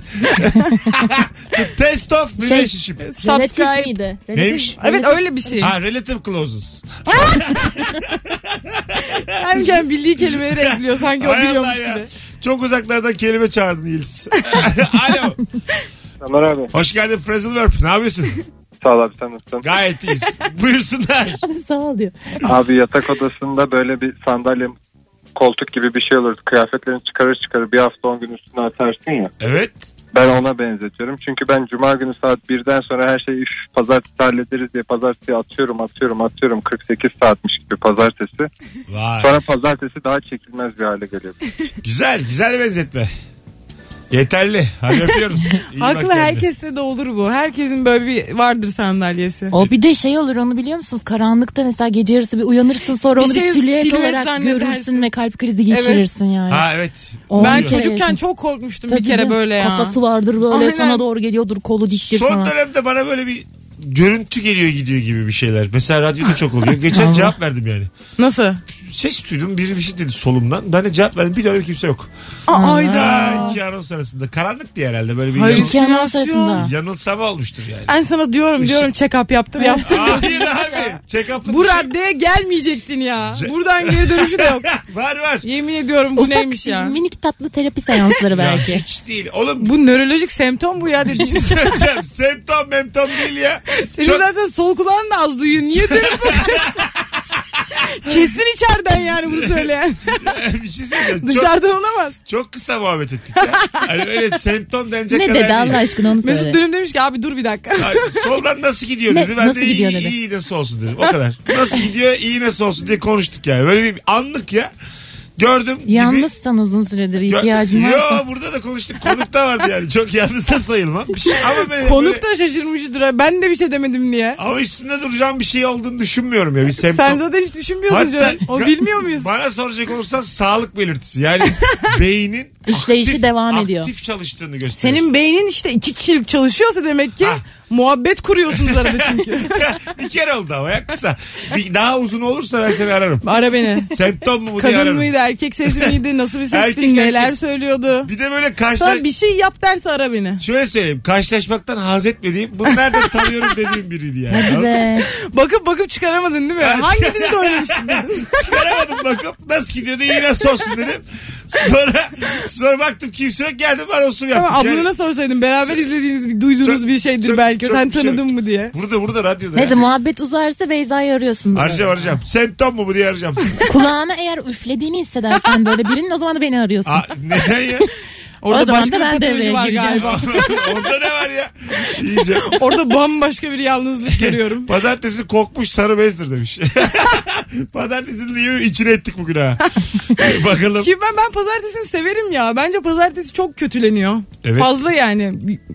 Speaker 2: The test of
Speaker 3: Şey,
Speaker 2: relationship.
Speaker 9: Relatif
Speaker 3: Subscribe.
Speaker 9: miydi? Relatif-
Speaker 2: Neymiş?
Speaker 3: Evet öyle bir şey.
Speaker 2: Ha relative clauses.
Speaker 3: Erken
Speaker 2: <laughs>
Speaker 3: bildiği kelimeleri ekliyor sanki o
Speaker 2: Hay Allah
Speaker 3: biliyormuş
Speaker 2: ya.
Speaker 3: gibi.
Speaker 2: Çok uzaklardan kelime çağırdın Yıldız. <laughs> Alo.
Speaker 5: Ömer abi.
Speaker 2: Hoş geldin Frazzleverp. Ne yapıyorsun?
Speaker 5: Sağ ol abi sen nasılsın?
Speaker 2: Gayet iyiyiz. Buyursunlar.
Speaker 9: Sağ ol diyor.
Speaker 5: Abi yatak odasında böyle bir sandalye koltuk gibi bir şey olur. Kıyafetlerini çıkarır çıkarır bir hafta 10 gün üstüne atarsın ya.
Speaker 2: Evet.
Speaker 5: Ben ona benzetiyorum. Çünkü ben cuma günü saat 1'den sonra her şeyi üf, pazartesi hallederiz diye pazartesi atıyorum atıyorum atıyorum 48 saatmiş gibi pazartesi.
Speaker 2: Vay.
Speaker 5: Sonra pazartesi daha çekilmez bir hale geliyor.
Speaker 2: Güzel. Güzel benzetme. Yeterli. Hadi öpüyoruz. İyi bak
Speaker 3: Haklı
Speaker 2: kendine.
Speaker 3: herkeste de olur bu. Herkesin böyle bir vardır sandalyesi.
Speaker 9: O bir de şey olur onu biliyor musunuz? Karanlıkta mesela gece yarısı bir uyanırsın sonra
Speaker 3: Bir
Speaker 9: onu
Speaker 3: şey
Speaker 9: bir silüet
Speaker 3: silüet
Speaker 9: olarak
Speaker 3: zannedersin.
Speaker 9: görürsün ve kalp krizi geçirirsin yani.
Speaker 2: Ha evet.
Speaker 9: O
Speaker 3: Ben
Speaker 9: bir kere-
Speaker 3: çocukken çok korkmuştum
Speaker 9: Tabii
Speaker 3: bir kere
Speaker 9: canım,
Speaker 3: böyle ya.
Speaker 9: Kafası vardır böyle
Speaker 3: Aynen.
Speaker 9: sana doğru geliyordur kolu diktir
Speaker 2: Son
Speaker 9: falan.
Speaker 2: dönemde bana böyle bir görüntü geliyor gidiyor gibi bir şeyler. Mesela radyoda çok oluyor. Geçen cevap verdim yani.
Speaker 3: Nasıl?
Speaker 2: Ses duydum biri bir şey dedi solumdan. Ben de cevap verdim. Bir dönem kimse yok.
Speaker 3: Aa, ayda.
Speaker 2: Aa, iki anons arasında. Karanlık diye herhalde böyle bir
Speaker 3: Hayır,
Speaker 2: yanıl-
Speaker 9: İki yandan sırasında.
Speaker 3: Halüsinasyon.
Speaker 2: yanılsama olmuştur yani.
Speaker 3: Ben sana diyorum diyorum check up
Speaker 2: <laughs>
Speaker 3: yaptır yaptır.
Speaker 2: Hayır abi. Check up'lık
Speaker 3: bu
Speaker 2: bir şey-
Speaker 3: raddeye gelmeyecektin ya.
Speaker 2: Ce-
Speaker 3: Buradan geri
Speaker 2: <laughs>
Speaker 3: dönüşü de yok.
Speaker 2: Var var.
Speaker 3: Yemin ediyorum bu
Speaker 9: Ufak
Speaker 3: neymiş ya.
Speaker 9: minik tatlı terapi
Speaker 2: <laughs>
Speaker 9: seansları
Speaker 2: Ya
Speaker 9: belki.
Speaker 2: hiç değil. Oğlum
Speaker 3: Bu nörolojik semptom bu
Speaker 2: <laughs>
Speaker 3: ya
Speaker 2: bir şey
Speaker 3: dediğin.
Speaker 2: söyleyeceğim. Semptom memtom değil ya.
Speaker 3: Senin
Speaker 2: Çok-
Speaker 3: zaten sol kulağın da az duyuyor. Niye dönüp bakıyorsun? Kesin içeriden yani bunu söyleyen.
Speaker 2: <laughs> bir şey söyleyeceğim. Çok,
Speaker 3: Dışarıdan olamaz.
Speaker 2: çok kısa muhabbet ettik ya. Hani öyle semptom denecek
Speaker 9: ne
Speaker 2: kadar
Speaker 9: dedi
Speaker 2: değil.
Speaker 9: Allah aşkına onu söyle.
Speaker 3: Mesut dönüp demiş ki abi dur bir dakika.
Speaker 2: Ay, soldan nasıl gidiyor
Speaker 9: Ne-
Speaker 2: dedi. Ben
Speaker 9: nasıl
Speaker 2: de
Speaker 9: gidiyor
Speaker 2: iyi,
Speaker 9: dedi.
Speaker 2: iyi nasıl olsun dedim. O kadar. Nasıl gidiyor iyi nasıl olsun diye konuştuk yani. Böyle bir anlık ya. Gördüm gibi.
Speaker 9: Yalnızsan uzun süredir ihtiyacın
Speaker 2: Yo
Speaker 9: varsa.
Speaker 2: burada da konuştuk. Konukta vardı yani. Çok yalnız da sayılmam. Bir şey, ama ben böyle-
Speaker 3: Konuk da şaşırmıştır. ha. Ben de bir şey demedim diye.
Speaker 2: ama üstünde duracağım bir şey olduğunu düşünmüyorum ya. Bir semptom.
Speaker 3: Sen zaten hiç düşünmüyorsun canım. O
Speaker 2: ga-
Speaker 3: bilmiyor muyuz?
Speaker 2: Bana soracak olursan sağlık belirtisi. Yani <laughs> beynin
Speaker 9: İşleyişi
Speaker 2: aktif-
Speaker 9: devam ediyor.
Speaker 2: Aktif çalıştığını gösteriyor.
Speaker 3: Senin beynin işte iki kişilik çalışıyorsa demek ki
Speaker 2: Ha.
Speaker 3: muhabbet kuruyorsunuz arada
Speaker 2: <laughs>
Speaker 3: çünkü.
Speaker 2: <laughs> bir kere oldu ama ya kısa. Bir, daha uzun olursa ben seni ararım.
Speaker 3: Ara beni.
Speaker 2: Semptom mu bu diye
Speaker 3: Kadın
Speaker 2: ararım.
Speaker 3: mıydı, erkek sesi miydi, nasıl bir sesti,
Speaker 2: Erkek,
Speaker 3: neler
Speaker 2: erkek.
Speaker 3: söylüyordu.
Speaker 2: Bir de böyle karşılaş...
Speaker 3: Sana bir şey yap derse ara beni.
Speaker 2: Şöyle söyleyeyim. Karşılaşmaktan haz etmediğim, bunu nereden tanıyorum dediğim biriydi yani.
Speaker 9: Hadi be.
Speaker 3: Bakıp bakıp çıkaramadın değil mi? Hangi
Speaker 2: <laughs>
Speaker 3: dizide oynamıştın?
Speaker 2: Çıkaramadım bakıp nasıl gidiyordu yine sosun dedim. Sonra, sonra baktım kimse yok geldim anonsumu yaptım.
Speaker 3: Ama ablana
Speaker 2: Yani
Speaker 3: sorsaydın beraber izlediğiniz, bir- duyduğunuz
Speaker 2: Çok-
Speaker 3: bir şeydir
Speaker 2: çok-
Speaker 3: belki.
Speaker 2: çok- şey-
Speaker 3: Sen
Speaker 2: çok-
Speaker 3: tanıdın mı diye.
Speaker 2: Burada burada radyoda.
Speaker 9: Neyse
Speaker 2: ya.
Speaker 9: muhabbet uzarsa Beyza'yı arıyorsun.
Speaker 2: <laughs> Arayacağım arayacağım. Semptom mu bu diye arayacağım.
Speaker 9: Kulağına eğer üflediğini hissedersen böyle birinin o zaman da beni arıyorsun.
Speaker 2: Aa, neden ya? <laughs>
Speaker 3: Orada
Speaker 9: O zaman
Speaker 3: başka
Speaker 9: da ben
Speaker 3: bir patoloji
Speaker 9: devreye
Speaker 3: var
Speaker 9: gireceğim.
Speaker 3: galiba.
Speaker 2: Orada ne var ya? İyice.
Speaker 3: <laughs> Orada bambaşka
Speaker 2: <laughs>
Speaker 3: bir yalnızlık görüyorum.
Speaker 2: Pazartesi kokmuş sarı bezdir demiş. <laughs> Pazartesini niye içine ettik bugün ha? Bakalım.
Speaker 3: Ki ben ben pazartesini severim ya. Bence pazartesi çok kötüleniyor.
Speaker 2: Evet.
Speaker 3: Fazla yani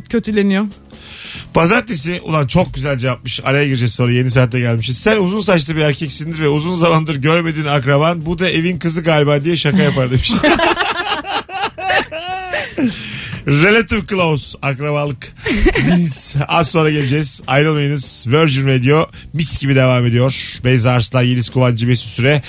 Speaker 3: kötüleniyor.
Speaker 2: Pazartesi ulan çok güzel cevapmış. Araya gireceğiz sonra yeni saatte gelmişiz. Sen uzun saçlı bir erkeksindir ve uzun zamandır görmediğin akraban bu da evin kızı galiba diye şaka yapar demiş. Relative close akrabalık. Biz az sonra geleceğiz. Ayrılmayınız. Virgin Radio mis gibi devam ediyor. Beyza Arslan, Yeliz Kovancı, Mesut Süre.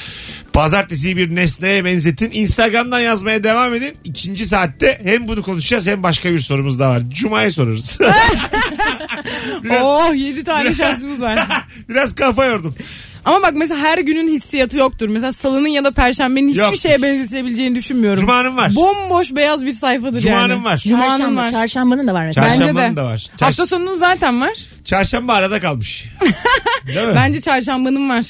Speaker 2: Pazartesiyi bir nesneye benzetin. Instagram'dan yazmaya devam edin. İkinci saatte hem bunu konuşacağız hem başka bir sorumuz daha var. Cuma'ya sorarız. <laughs> Biraz-
Speaker 3: Oh 7 tane
Speaker 2: <laughs>
Speaker 3: şansımız var.
Speaker 2: Biraz kafa yordum.
Speaker 3: Ama bak mesela her günün hissiyatı yoktur. Mesela salının ya da perşembenin hiçbir
Speaker 2: Yoktur.
Speaker 3: şeye benzetebileceğini düşünmüyorum.
Speaker 2: Cuma'nın var.
Speaker 3: Bomboş beyaz bir sayfadır
Speaker 2: Cuma'nın
Speaker 3: yani.
Speaker 2: var.
Speaker 3: Cuma'nın
Speaker 9: Çarşamba,
Speaker 3: var.
Speaker 9: Çarşambanın da var mesela.
Speaker 3: Bence
Speaker 2: Çarşambanın
Speaker 3: de.
Speaker 2: da var. Çarş-
Speaker 3: Hafta sonunun
Speaker 2: <laughs>
Speaker 3: zaten var.
Speaker 2: Çarşamba arada kalmış. Değil mi?
Speaker 3: Bence çarşambanın var.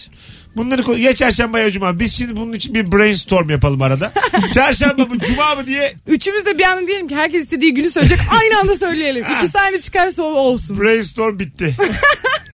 Speaker 2: Bunları ko- ya çarşamba ya cuma. Biz şimdi bunun için bir brainstorm yapalım arada. çarşamba mı cuma mı diye
Speaker 3: Üçümüz de bir anda
Speaker 2: <laughs>
Speaker 3: diyelim ki herkes istediği günü söyleyecek. Aynı anda söyleyelim. İki saniye çıkarsa o olsun.
Speaker 2: brainstorm bitti.